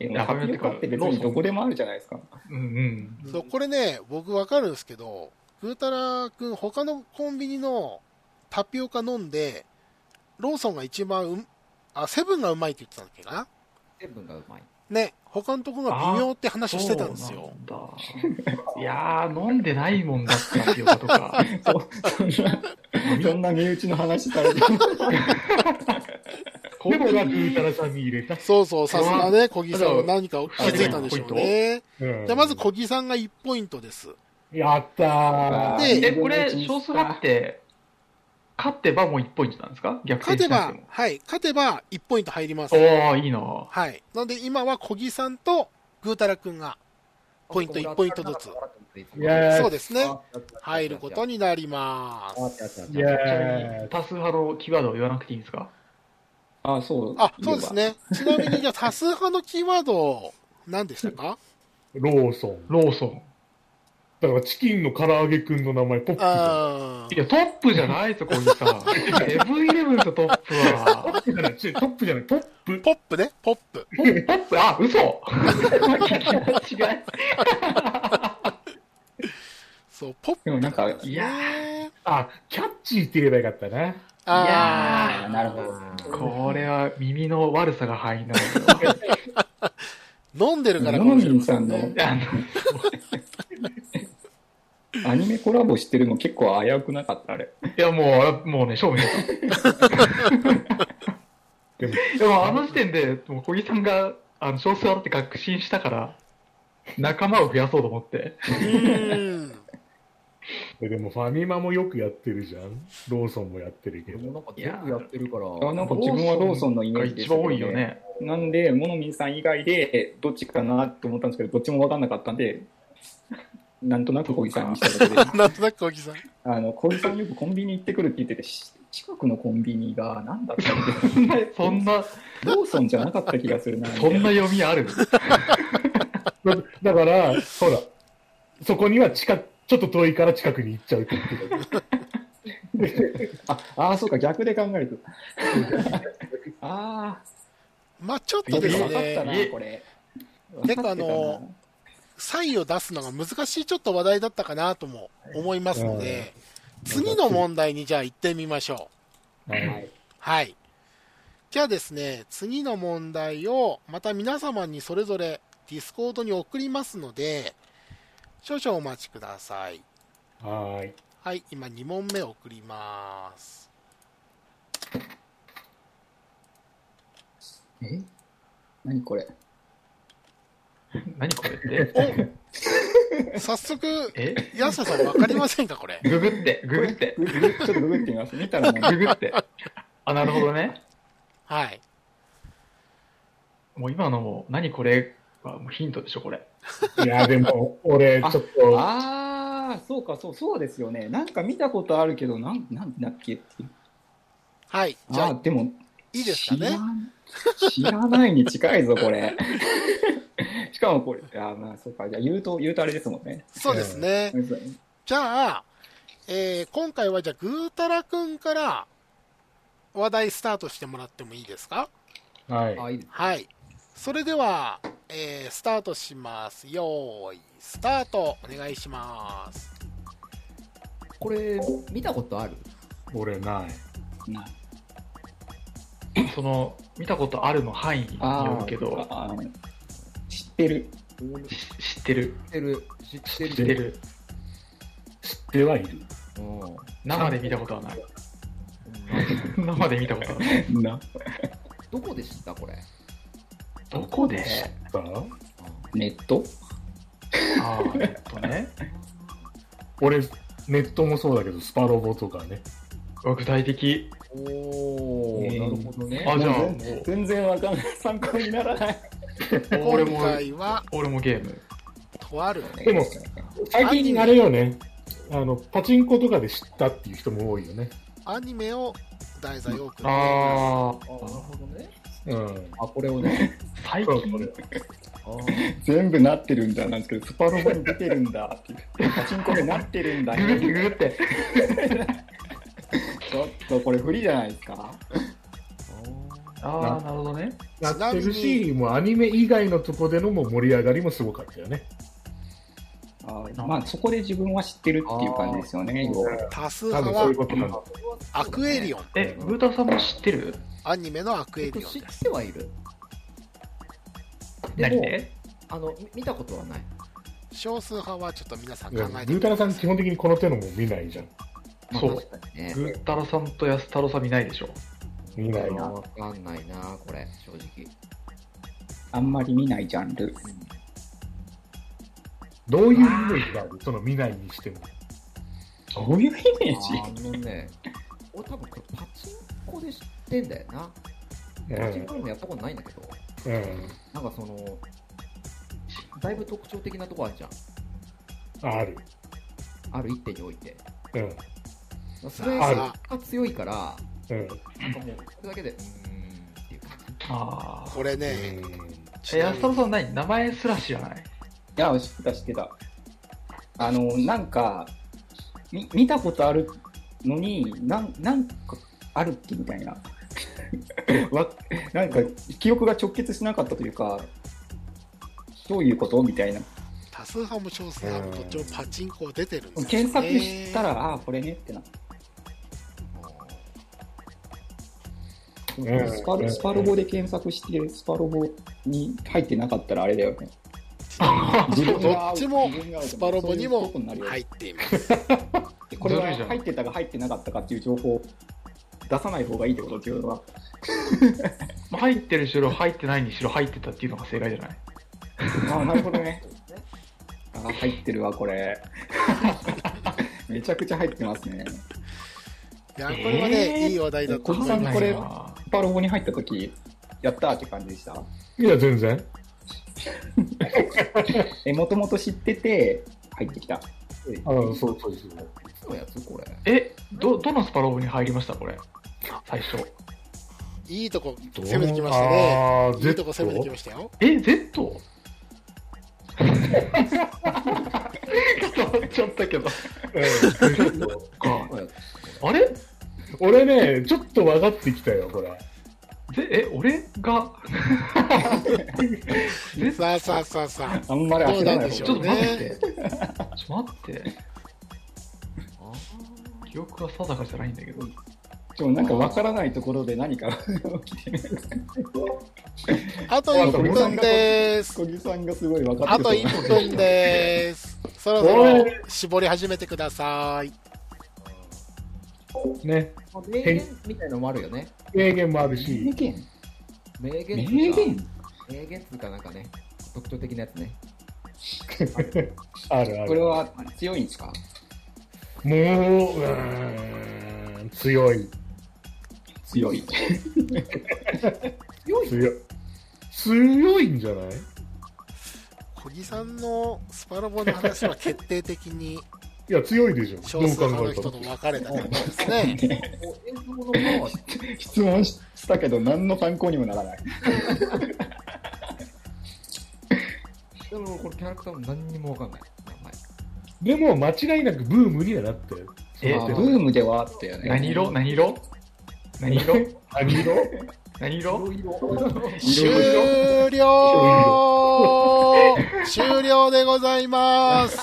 Speaker 6: え
Speaker 4: や
Speaker 6: タピオカって別にどこでもあるじゃないですか。
Speaker 4: うんうん。
Speaker 1: そうこれね僕わかるんですけどぐーたらくん他のコンビニのタピオカ飲んでローソンが一番うんあセブンがうまいって言ってたんだっけな
Speaker 5: 成分がうまい。
Speaker 1: ね他のところが微妙って話をしてたんですよ
Speaker 4: そうなんだ。いやー、飲んでないもんだってタピオカと か。
Speaker 6: そうそんな、そんな身内の話さ れても。
Speaker 3: ここがぐうたらさんに入れた。
Speaker 1: そうそうさすがね小木さんは何かを気づいたんでしょうね
Speaker 3: うん
Speaker 1: じゃあまず小木さんが1ポイントです
Speaker 3: やったー。
Speaker 1: で
Speaker 4: え、これ、少数派って、勝てばもう1ポイントなんですか逆
Speaker 1: 勝
Speaker 4: 転
Speaker 1: て
Speaker 4: しなく
Speaker 1: ば
Speaker 4: ても。
Speaker 1: はい勝てば1ポイント入ります
Speaker 4: おー、いいなぁ
Speaker 1: はいなので今は小木さんとぐーたらくんがポイント1ポイントずつ
Speaker 3: いや
Speaker 1: そう
Speaker 3: ー、
Speaker 1: ですね入ること
Speaker 5: に。
Speaker 1: になります
Speaker 3: いや
Speaker 4: ちなみ
Speaker 3: ー
Speaker 4: に、多数派のキーワードを言わなくていいんですか
Speaker 6: あ、そう。
Speaker 1: あ、そうです。ね。ちなみに、じゃあ、多数派のキーワード、何でしたか
Speaker 3: ローソン。
Speaker 4: ローソン。
Speaker 3: だからチキンの唐揚げくんの名前ポップだ。
Speaker 1: あ
Speaker 4: いや、トップじゃないですよ、こういうさ。セブンイレブンとトッ
Speaker 3: ポ
Speaker 4: プ
Speaker 3: ッ
Speaker 4: は。
Speaker 3: プじゃない、ちトップじゃない、ポップ。
Speaker 1: ポップね、ポップ。
Speaker 4: トップ、あ、嘘違い。
Speaker 1: そう、ポップ
Speaker 6: でもなんか、
Speaker 4: いや
Speaker 1: ね。
Speaker 3: あ、キャッチーって言えばよかったな。
Speaker 4: い
Speaker 1: あ
Speaker 4: や
Speaker 6: あなるほど。
Speaker 4: ーこれは耳の悪さが範囲内
Speaker 1: ー飲んでるからか
Speaker 6: ヨ
Speaker 1: も
Speaker 6: ノ
Speaker 1: しれ
Speaker 6: ミン
Speaker 1: ませ
Speaker 6: さ
Speaker 1: ん
Speaker 6: んの
Speaker 1: ね。
Speaker 4: あの
Speaker 6: アニメコラボしてるの結構危うくなかった、あれ。
Speaker 4: いや、もう、もうね、勝負になった。
Speaker 3: でも、
Speaker 4: でも、あの時点で、もう小木さんが、あの、少数派だって確信したから、仲間を増やそうと思って。
Speaker 1: うん。
Speaker 3: でもファミマもよくやってるじゃん。ローソンもやってるけ
Speaker 5: で
Speaker 3: ど。
Speaker 5: もなんか全部やってるから。
Speaker 6: あなんか自分はローソンのイメ
Speaker 4: が
Speaker 6: ージで
Speaker 4: 一
Speaker 6: したけ
Speaker 4: 番
Speaker 6: ど
Speaker 4: 多いよね。
Speaker 6: なんで、モノミンさん以外で、どっちかなと思ったんですけど、どっちも分かんなかったんで、なんとなく小木さんにし ただけで、
Speaker 1: なんとなく小木さん。
Speaker 6: あの、小木さんよくコンビニ行ってくるって言ってて、し近くのコンビニが何だったんだ
Speaker 4: そんな、 そんな、
Speaker 6: ローソンじゃなかった気がする な。
Speaker 4: そんな読みある
Speaker 3: だだから、ほら、そこには近く、ちょっと遠いから近くに行っちゃうって言ってた
Speaker 6: あ、あーそうか、逆で考 えると。あ
Speaker 1: まあちょっ
Speaker 6: あ、
Speaker 1: とです
Speaker 6: 分かっ
Speaker 1: ね、
Speaker 6: たな
Speaker 4: え、
Speaker 6: これ。
Speaker 1: 結構あのサインを出すのが難しいちょっと話題だったかなとも思いますので、次の問題にじゃあ行ってみましょ
Speaker 6: 分かったな
Speaker 3: は
Speaker 6: はいい。
Speaker 1: う。はい。じゃあですね、次の問題をまた皆様にそれぞれディスコードに送りますので、少々お待ちください。
Speaker 3: はーい。
Speaker 1: はい、今2問目送ります。
Speaker 6: え何これ
Speaker 4: 何これって。
Speaker 1: お早速、
Speaker 4: え
Speaker 1: 安田さん分かりませんか、これ。
Speaker 4: ググって、ググって、
Speaker 6: ググちょっとググってみます。見たらもう、
Speaker 4: ググって。あ、なるほどね。
Speaker 1: はい。
Speaker 4: もう今のも、何これはもうヒントでしょ、これ。
Speaker 3: いや、でも、俺、ちょっと、
Speaker 6: ああ、そうか、そう、そうですよね。なんか見たことあるけど、なん、なんだっけっていう。
Speaker 1: はい、じゃ
Speaker 6: ああ
Speaker 1: あ、
Speaker 6: ー、でも、
Speaker 1: いいですかね。
Speaker 6: 知らん知らないに近いぞ、これ。 しかもこれ、あーまあ、そうか。じゃあ、言うと、言うとあれですもんね。
Speaker 1: そうですね。じゃあ、えー今回は、じゃあ、ぐーたらくんから話題スタートしてもらってもいいですか
Speaker 3: はい。
Speaker 5: あ、いいです。
Speaker 1: はい。それでは、えースタートします。よーい、スタート、お願いします。
Speaker 5: これ、見たことある
Speaker 3: 俺、ない。
Speaker 4: その、見たことあるの範囲によ
Speaker 6: あ
Speaker 4: るけど、
Speaker 6: あー、知ってる。
Speaker 5: 知
Speaker 4: し知ってる。
Speaker 5: ってる。知って
Speaker 4: 知
Speaker 5: る。
Speaker 4: ってる。
Speaker 3: 知ってはいる。
Speaker 5: うん。うん
Speaker 4: 生で見たことはない。生で見たことはない。
Speaker 6: な。
Speaker 5: どこで知ったこれ。
Speaker 4: どこで
Speaker 3: さあ
Speaker 6: ネット
Speaker 4: ああ、えっとね。
Speaker 3: 俺、ネットもそうだけど、スパロボとかね。
Speaker 4: うわ具体的。
Speaker 5: おお
Speaker 3: えー
Speaker 5: ー、なるほどね。
Speaker 4: あ、じゃあ、
Speaker 6: もう全全然わかんない。参考にならない。
Speaker 4: お
Speaker 1: 今
Speaker 4: 俺も、
Speaker 1: 回は、
Speaker 4: 俺もゲーム。
Speaker 1: とある、
Speaker 3: でも最近、あれよね。あの、パチンコとかで知ったっていう人も多いよね。
Speaker 1: アニメを題材多く
Speaker 4: あ
Speaker 5: あ、
Speaker 4: あ
Speaker 5: なるほどね。
Speaker 3: うん。
Speaker 5: あ、これをね。
Speaker 4: 最
Speaker 3: そう
Speaker 4: 近
Speaker 3: これ
Speaker 5: あー
Speaker 6: 全部なってるんだなんですけど、スパロボに出てるんだっていう。パチンコになってるんだ
Speaker 4: ググって
Speaker 6: ね。
Speaker 4: ググって。
Speaker 6: ちょっとこれ不利じゃないですか。
Speaker 5: あー
Speaker 4: ああ、なるほどね。
Speaker 3: な
Speaker 1: ちな
Speaker 3: っ
Speaker 1: み
Speaker 3: て
Speaker 1: に
Speaker 3: るし、もうアニメ以外のとこでのもう盛り上がりもすごかったよね。
Speaker 6: あーまあ、そこで自分は知ってるっていう感じですよね、要は。
Speaker 1: 多数
Speaker 3: 多
Speaker 1: 派
Speaker 3: 分そういう
Speaker 1: は
Speaker 3: ことなんだ。
Speaker 1: アクエリオン
Speaker 4: え、ブータさんも知ってる
Speaker 1: アニメのアクエ
Speaker 5: えっ
Speaker 1: リオ
Speaker 5: と
Speaker 1: ンです
Speaker 5: 知ってはいる。で
Speaker 4: 何
Speaker 5: も、
Speaker 4: で
Speaker 5: あの、み見たことはない。
Speaker 1: 少数派はちょっと皆さん
Speaker 3: い
Speaker 1: 考
Speaker 3: や
Speaker 1: えて
Speaker 3: グー
Speaker 1: み
Speaker 3: タ
Speaker 1: て
Speaker 3: ラさん、基本的にこの手のも見ないじゃん。
Speaker 5: まあ
Speaker 3: そう
Speaker 5: 確かにね
Speaker 4: ブ。ータラさんとヤスタロさん見ないでしょ。
Speaker 3: 見ないな
Speaker 5: わかんないな、これ、正直。
Speaker 6: あんまり見ないジャンル。
Speaker 3: どういうイメージがあるその見ないにしても。
Speaker 6: どういうイメージ
Speaker 5: あのね、俺多分これパチンコで知ってんだよな。
Speaker 3: うん
Speaker 5: パチンコでもやったことないんだけど、
Speaker 3: うん。
Speaker 5: なんかその、だいぶ特徴的なとこあるじゃん。
Speaker 3: ある。
Speaker 5: ある一手において。
Speaker 3: うん。
Speaker 5: それ
Speaker 3: ある
Speaker 5: が強いから、
Speaker 3: う
Speaker 5: な
Speaker 3: ん。
Speaker 5: んかもう、それだけで、うーんっていう感じ。
Speaker 4: ああ。
Speaker 1: これね、
Speaker 4: え、
Speaker 1: ちな
Speaker 4: ヤ
Speaker 1: み
Speaker 4: ス
Speaker 1: に
Speaker 4: タロさん何名前すら知らない。
Speaker 6: いや、知ってた、知ってた。あの、なんか、み見たことあるのに、なん、なんか、あるっけみたいな。 わ、なんか、記憶が直結しなかったというか、どういうことみたいな。
Speaker 1: 多数派も少数派もどっちもパチンコ出てるんですよね
Speaker 6: 検索したら、ああ、これねってな。
Speaker 3: ん
Speaker 6: スパ
Speaker 3: う
Speaker 6: ル、
Speaker 3: ん
Speaker 6: スパルボで検索して、スパルボに入ってなかったらあれだよ ね。自分
Speaker 1: ど
Speaker 6: が
Speaker 1: っちも
Speaker 6: 自分が
Speaker 1: スパロボに
Speaker 6: そういう
Speaker 1: も
Speaker 6: ことなるよ
Speaker 1: 入っています
Speaker 6: でこれ
Speaker 4: ず
Speaker 6: は
Speaker 4: るいじゃん
Speaker 6: 入ってたか入ってなかったかっていう情報を出さない方がいいってことっていうのは、
Speaker 4: まあ入ってるしろ、入ってないにしろ、入ってたっていうのが正解じゃない
Speaker 6: ああ、なるほどね。 ああ、入ってるわ、これ。 めちゃくちゃ入ってますね。
Speaker 1: いやこれはね、
Speaker 4: えー
Speaker 1: いい話題だと
Speaker 6: 小
Speaker 1: 思
Speaker 6: 木
Speaker 1: い
Speaker 6: さ
Speaker 1: ま
Speaker 6: ん
Speaker 1: す
Speaker 6: これ
Speaker 4: わかんないな
Speaker 6: スパロボに入った時、やったーって感じでした。
Speaker 3: いや、全然。
Speaker 6: え、もともと知ってて、入ってきた。
Speaker 3: あのそうそうそう。
Speaker 5: いつのやつこれ。
Speaker 4: え、ど、どのスパロボに入りましたこれ。最初。
Speaker 1: いいとこ攻めてきましたね
Speaker 3: あー
Speaker 1: いいとこ攻めてきま
Speaker 3: Z？
Speaker 1: したよ
Speaker 4: え、Z? ちょっと待っちゃったけど。
Speaker 3: うん Z
Speaker 4: か
Speaker 5: これ
Speaker 4: あれ
Speaker 3: 俺ね、ちょっと分かってきたよ、これ。
Speaker 4: ぜえ、俺がぜ
Speaker 1: さあさあさあさ
Speaker 6: あんまり
Speaker 1: あどう
Speaker 6: 焦
Speaker 1: な
Speaker 6: ら
Speaker 1: ん
Speaker 6: ない
Speaker 1: でし
Speaker 4: ち
Speaker 1: ょ
Speaker 4: ょっ
Speaker 1: う
Speaker 4: と待っ
Speaker 1: ね
Speaker 4: て。ちょっと待って。
Speaker 5: あ
Speaker 4: 記憶が定かじゃないんだけど。
Speaker 6: でもなんかわからないところで何か起きてる。
Speaker 1: あと1分です
Speaker 6: 小木さんがすごい分か
Speaker 1: あ
Speaker 6: って
Speaker 1: と
Speaker 6: そうな
Speaker 1: 1分ですそろそろ絞り始めてください
Speaker 3: ね。
Speaker 5: ー名言みたいのもあるよね。
Speaker 3: 名言もある
Speaker 6: 名
Speaker 3: し、
Speaker 6: 言
Speaker 5: 名言ってい
Speaker 6: 名
Speaker 5: うか
Speaker 6: 言
Speaker 5: 名言っていうかなんかね、特徴的なやつね。
Speaker 3: あるあ
Speaker 6: これ
Speaker 3: る。
Speaker 6: は強いんですか
Speaker 3: もう、うーん、強い。
Speaker 6: 強い。
Speaker 5: 強い
Speaker 3: 強い。強いんじゃない
Speaker 1: 小木さんのスパロボの話は決定的に
Speaker 3: いや、強いでしょ。
Speaker 1: 少
Speaker 3: どう
Speaker 1: 数派
Speaker 3: 考
Speaker 1: の
Speaker 3: えた
Speaker 1: 人
Speaker 3: ら
Speaker 1: と。分かれたと思うんですね
Speaker 5: こう映像のパワーって
Speaker 6: 質問したけど何の参考にもならない。
Speaker 5: でもこれキャラクターも何にもわかんない。名前。
Speaker 3: でも、間違いなくブームにはなっ てる。
Speaker 4: え
Speaker 6: まあ、ブームではあったよね。
Speaker 4: 何色何色何色
Speaker 3: 何色
Speaker 4: 何色
Speaker 1: 終了終了でございます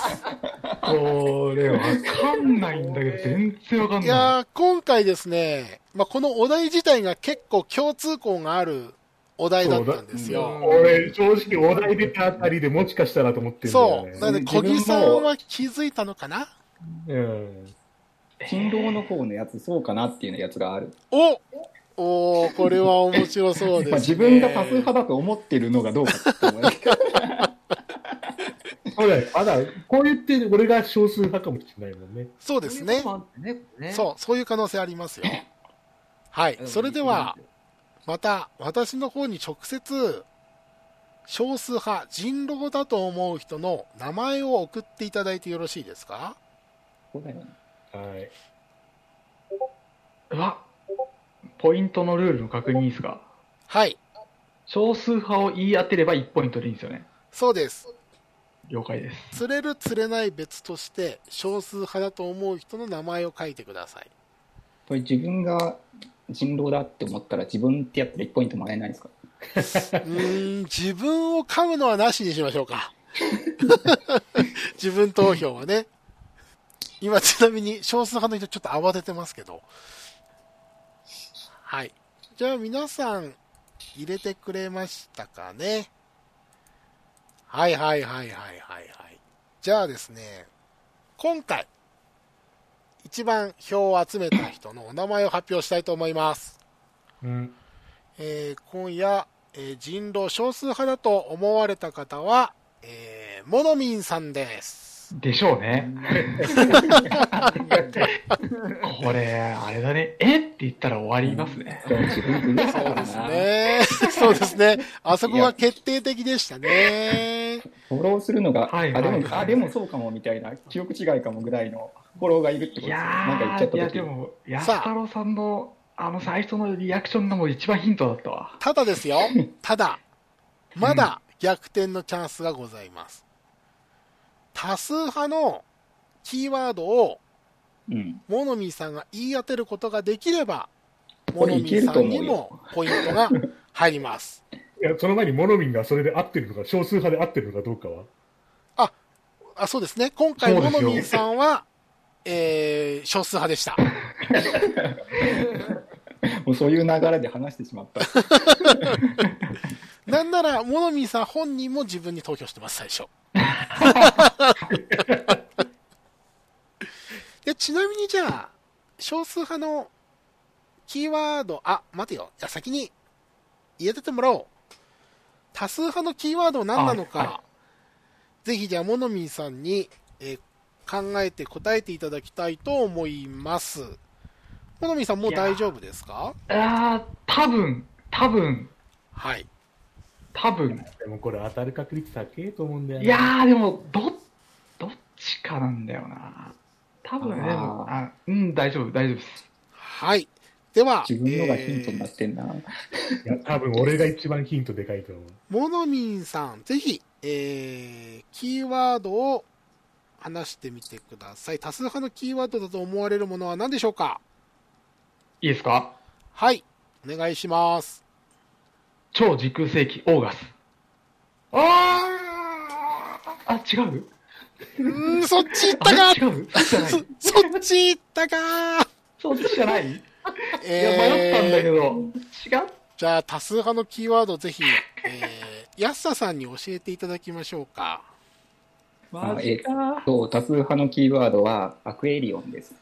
Speaker 4: これわかんないんだけど、全然わかん
Speaker 1: い
Speaker 4: な
Speaker 1: やー今回ですね、まあ、このお題自体が結構共通項があるお題だったんですよ。
Speaker 3: 俺、正直、お題出たあたりでもしかしたらと思ってるんだよ
Speaker 1: そ
Speaker 3: ね。
Speaker 1: う。なので、
Speaker 6: 自
Speaker 1: 小
Speaker 6: 分も
Speaker 1: 木さんは気づいたのかな
Speaker 3: うん。
Speaker 6: 勤労の方のやつ、そうかなっていうやつがある。
Speaker 1: おおーこれは面白そうです、ね。
Speaker 6: まあ、 自分が多数派だと思ってるのがどうかって思 いますけど
Speaker 3: そうだよ。まだ、こう言って、俺が少数派かもしれないもんね。
Speaker 1: そうですね。
Speaker 5: ね、これね
Speaker 1: そう、そういう可能性ありますよ。はい。それでは、、また私の方に直接、少数派、人狼だと思う人の名前を送っていただいてよろしいですか
Speaker 6: そうだよね
Speaker 3: はい。
Speaker 4: い。うわ、ポイントのルールの確認いいですか
Speaker 1: はい。
Speaker 4: 少数派を言い当てれば1ポイントでいいんですよね。
Speaker 1: そうです。
Speaker 4: 了解です。
Speaker 1: 釣れる釣れない別として少数派だと思う人の名前を書いてください
Speaker 6: これ自分が人狼だって思ったら自分ってやったら1ポイントもらえないんです
Speaker 1: う
Speaker 6: か
Speaker 1: ーん自分を噛むのはなしにしましょうか。自分投票はね。今ちなみに少数派の人ちょっと慌ててますけど。はい。じゃあ皆さん入れてくれましたかね。はいはいはいはいはいはい。じゃあですね、今回、一番票を集めた人のお名前を発表したいと思います。
Speaker 3: うん。
Speaker 1: えー今夜、えー人狼少数派だと思われた方は、えー、モノミンさんです。
Speaker 4: でしょうね。これ、あれだね。えって言ったら終わりますね。
Speaker 6: 自分嬉
Speaker 1: そ
Speaker 6: しさ
Speaker 1: うで
Speaker 6: だな
Speaker 1: すね。そうですね。あそこが決定的でしたね。
Speaker 6: フォローするのが、
Speaker 4: はいはい
Speaker 6: あでもあでもそうかもみたいな記憶違いかもぐらいのフォローがいるってこ
Speaker 4: い
Speaker 6: とですよね
Speaker 4: や
Speaker 6: なんか言っちゃっ
Speaker 4: ー、いや
Speaker 6: た時
Speaker 4: で
Speaker 6: に
Speaker 4: も、安太郎さんの、あの最初のリアクションがもう一番ヒントだったわ。
Speaker 1: ただですよ。ただ、まだ逆転のチャンスがございます。多数派のキーワードを
Speaker 6: うん
Speaker 1: モノミンさんが言い当てることができれば、モ
Speaker 6: これ
Speaker 1: ノ
Speaker 6: い
Speaker 1: ミ
Speaker 6: け
Speaker 1: ン
Speaker 6: る
Speaker 1: さ
Speaker 6: と
Speaker 1: ん
Speaker 6: 思
Speaker 1: に
Speaker 6: うよ
Speaker 1: もポイントが入ります。
Speaker 3: いや、その前にモノミンがそれで合ってるのか、少数派で合ってるのかどうかは。
Speaker 1: あ、そうですね。今回、
Speaker 4: そう
Speaker 1: モ
Speaker 4: です
Speaker 1: ノ
Speaker 4: よ
Speaker 1: ミンさんは、えー、少数派でした。
Speaker 6: もうそういう流れで話してしまった
Speaker 1: なんなら、モノミンさん本人も自分に投票してます、最 初。で、ちなみにじゃあ、少数派のキーワード、あ、待てよ。いや、先に入れててもらおう。多数派のキーワードは何なのか、
Speaker 4: あは
Speaker 1: ぜひじゃあ、モノミンさんに、えー考えて答えていただきたいと思います。モノミンさん、もう大丈夫ですか
Speaker 4: あー、多分、多分、
Speaker 1: はい。
Speaker 4: 多分。
Speaker 3: でもこれ当たる確率高いと思うんだよ
Speaker 4: いやー、でも、ど、どっちかなんだよな。多分、
Speaker 6: あー
Speaker 4: でも、あ、うん、大丈夫、大丈夫です。
Speaker 1: はい。では、
Speaker 6: 自分のがヒントになってんな、
Speaker 3: いや、多分俺が一番ヒントでかいと思う。
Speaker 1: モノミンさん、ぜひ、えー、キーワードを話してみてください。多数派のキーワードだと思われるものは何でしょうか
Speaker 4: いいですか
Speaker 1: はい。お願いします。
Speaker 4: 超時空世紀オーガス。あーあ、違う
Speaker 1: うーん、そっち行った
Speaker 4: あ
Speaker 1: か
Speaker 4: れ違うそうじゃない
Speaker 1: そ そっち行ったか
Speaker 4: そっちじゃないいや、迷ったんだけ
Speaker 1: えー、
Speaker 4: ど。違う
Speaker 1: じゃあ、多数派のキーワードをぜひ、えー、安田さんに教えていただきましょうか。
Speaker 6: あえーっと多数派のキーワードはアクエリオンです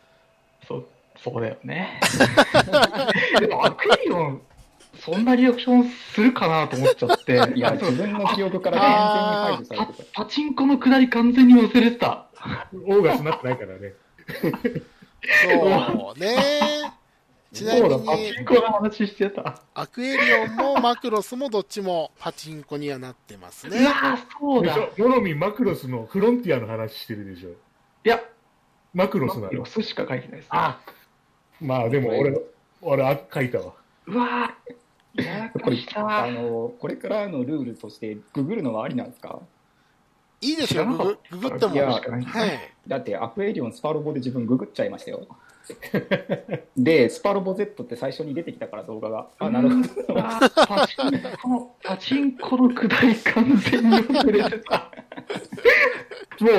Speaker 4: そ、そうだよね。 でも、アクエリオン、そんなリアクションするかなと思っちゃって。
Speaker 6: いや自分の記憶から完全に排除され
Speaker 4: パ
Speaker 6: てた
Speaker 4: パチンコの下り完全に忘れてた。
Speaker 3: オーガスになってないからね。
Speaker 1: そうね。ちな
Speaker 4: そう
Speaker 1: み
Speaker 4: だ、パチ
Speaker 1: に、
Speaker 4: ンコの話してた。
Speaker 1: アクエリオンもマクロスもどっちもパチンコにはなってます
Speaker 4: う
Speaker 1: ね。
Speaker 4: わー、 そう
Speaker 3: で
Speaker 4: だ。
Speaker 3: し
Speaker 4: い
Speaker 3: ょモノミン、マクロスのフロンティアの話してるでしょ。
Speaker 4: や、
Speaker 3: マクロスなの
Speaker 4: ロ。スしか書いてないです。
Speaker 3: あまあでも俺、俺、あ書いたわ。
Speaker 4: うわー、やら
Speaker 6: こ
Speaker 4: か
Speaker 6: れ
Speaker 4: した
Speaker 6: あ。のこれからのルールとしてググるのはありなんですか
Speaker 1: いいですよ、
Speaker 4: 知らなかっ
Speaker 1: ググググっても。
Speaker 6: いや
Speaker 1: は
Speaker 4: 確かに
Speaker 1: い。
Speaker 6: だってアクエリオンスパロボで自分ググっちゃいましたよでスパロボ Z って最初に出てきたから動画があなるほど
Speaker 4: うわーパチンコの、パチンコの下り完全に忘れてた。も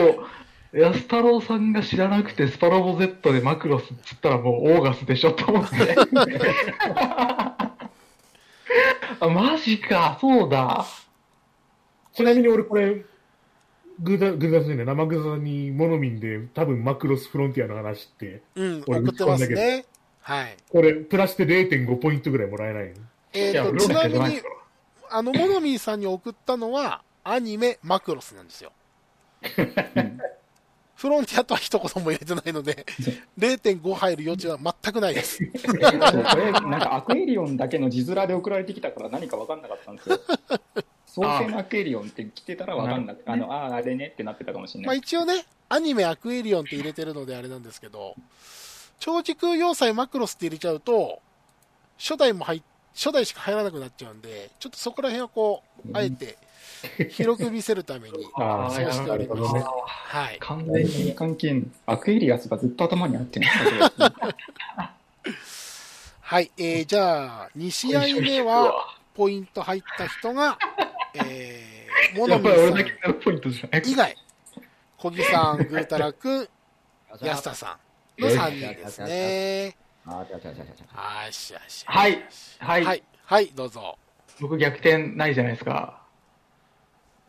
Speaker 4: う、安太郎さんが知らなくてスパロボ Z でマクロスっつったらもうオーガスでしょと思って。あ、マジか、そうだ。
Speaker 3: ちなみに俺これ、グーダ、グーダスじゃない、生グザにモノミンで多分マクロスフロンティアの話って、
Speaker 1: うん、
Speaker 3: 俺
Speaker 1: 送ってますね。はい。
Speaker 3: これプラスで0.5ポイントぐらいもらえないの
Speaker 1: え
Speaker 4: いや
Speaker 1: っと、
Speaker 4: 俺
Speaker 1: ちな
Speaker 4: じ
Speaker 1: み
Speaker 4: ゃない
Speaker 1: に、あの、モノミーさんに送ったのは、アニメ、マクロスなんです よ。フロンティアとは一言も入れてないので、0.5入る余地は全くないです。
Speaker 6: そうこれなんかアクエリオンだけの字面で送られてきたから何か分かんなかったんですよ創世のアクエリオンって来てたら分かんなくあのあーあれねってなってたかもしれ
Speaker 1: まあ
Speaker 6: ない、
Speaker 1: 一応ね、アニメ、アクエリオンって入れてるのであれなんですけど、超時空要塞マクロスって入れちゃうと、初代も入っ初代しか入らなくなっちゃうんで、ちょっとそこら辺をこう、あえて、広く見せるために、
Speaker 3: あ
Speaker 1: そうしておりました
Speaker 3: なるほどね
Speaker 1: はい。
Speaker 4: 完全
Speaker 6: 全然
Speaker 4: に。
Speaker 6: 関係ないアクエリアスがずっと頭にあってんの
Speaker 1: はい、えー、じゃあ、2試合目は、ポイント入った人が、えー、モ
Speaker 4: や
Speaker 1: ノ
Speaker 4: っ
Speaker 1: ミ
Speaker 4: ぱり俺
Speaker 1: さ
Speaker 4: だ
Speaker 1: ん
Speaker 4: けゼロポイントじゃない。
Speaker 1: 以外、小木さん、ぐーたらくん、安田さんの3人ですね。
Speaker 5: あー違う違う違う違う
Speaker 1: はい、しゃしゃ。
Speaker 4: はい。は。
Speaker 1: はいい、はい、どうぞ。
Speaker 4: 僕逆転ないじゃないですか。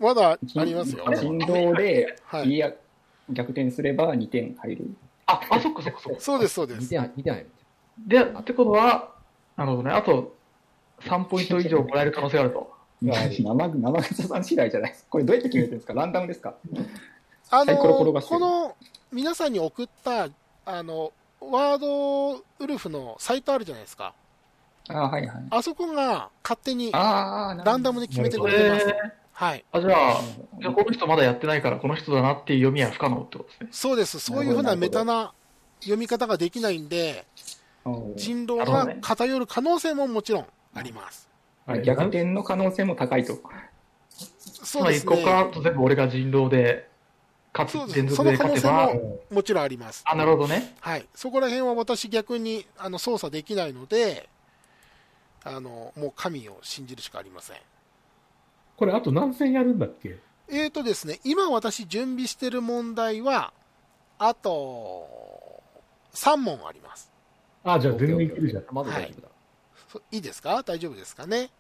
Speaker 1: まだありますよ。
Speaker 6: 人道で、
Speaker 1: はい
Speaker 6: いや、逆転すれば2点入る。
Speaker 4: あ、あ、そっかそっかそっか。
Speaker 1: そうです、そうで
Speaker 5: 見
Speaker 1: す。
Speaker 5: てない見てない
Speaker 4: で、ってことは、なるほどね。あと、3ポイント以上もらえる可能性があると。
Speaker 3: はい
Speaker 6: 生、生草さん次第じゃないですか。これどうやって決めてるんですかランダムですか
Speaker 1: あ
Speaker 6: サイコロ転
Speaker 1: の、
Speaker 6: がして
Speaker 1: この、皆さんに送った、あの、ワードウルフのサイトあるじゃないですか。
Speaker 6: ああ、はいはい。
Speaker 1: あそこが勝手に
Speaker 6: ああ、なるほど
Speaker 1: ランダムで決めてくれてます。はい。
Speaker 4: あ、じゃあ、じゃあこの人まだやってないから、この人だなっていう読みは不可能ってことですね。
Speaker 1: そうです。そういうふうなメタな読み方ができないんで、人狼が偏る可能性ももちろんあります。
Speaker 6: あ逆転の可能性も高いと。
Speaker 1: そ
Speaker 4: ま
Speaker 1: う
Speaker 4: あ、
Speaker 1: で
Speaker 4: 一
Speaker 1: す
Speaker 4: 個
Speaker 1: ね。
Speaker 4: か、全部俺が人狼で、
Speaker 1: そう
Speaker 4: 勝
Speaker 1: で
Speaker 4: つ、
Speaker 1: す
Speaker 4: 連
Speaker 1: そ
Speaker 4: 続
Speaker 1: の
Speaker 4: で
Speaker 1: 可
Speaker 4: 勝
Speaker 1: 能
Speaker 4: て
Speaker 1: 性
Speaker 4: ば、
Speaker 1: ももちろんあります。
Speaker 4: あ、なるほどね。
Speaker 1: はい。そこら辺は私逆にあの操作できないので、あの、もう神を信じるしかありません。
Speaker 3: これあと何戦やるんだっけ
Speaker 1: えーとですね、今私準備してる問題は、あと、3問あります。
Speaker 3: あ、じゃあ全然いけるじゃん。
Speaker 5: まだ大丈夫だ
Speaker 1: そいいですか大丈夫ですかね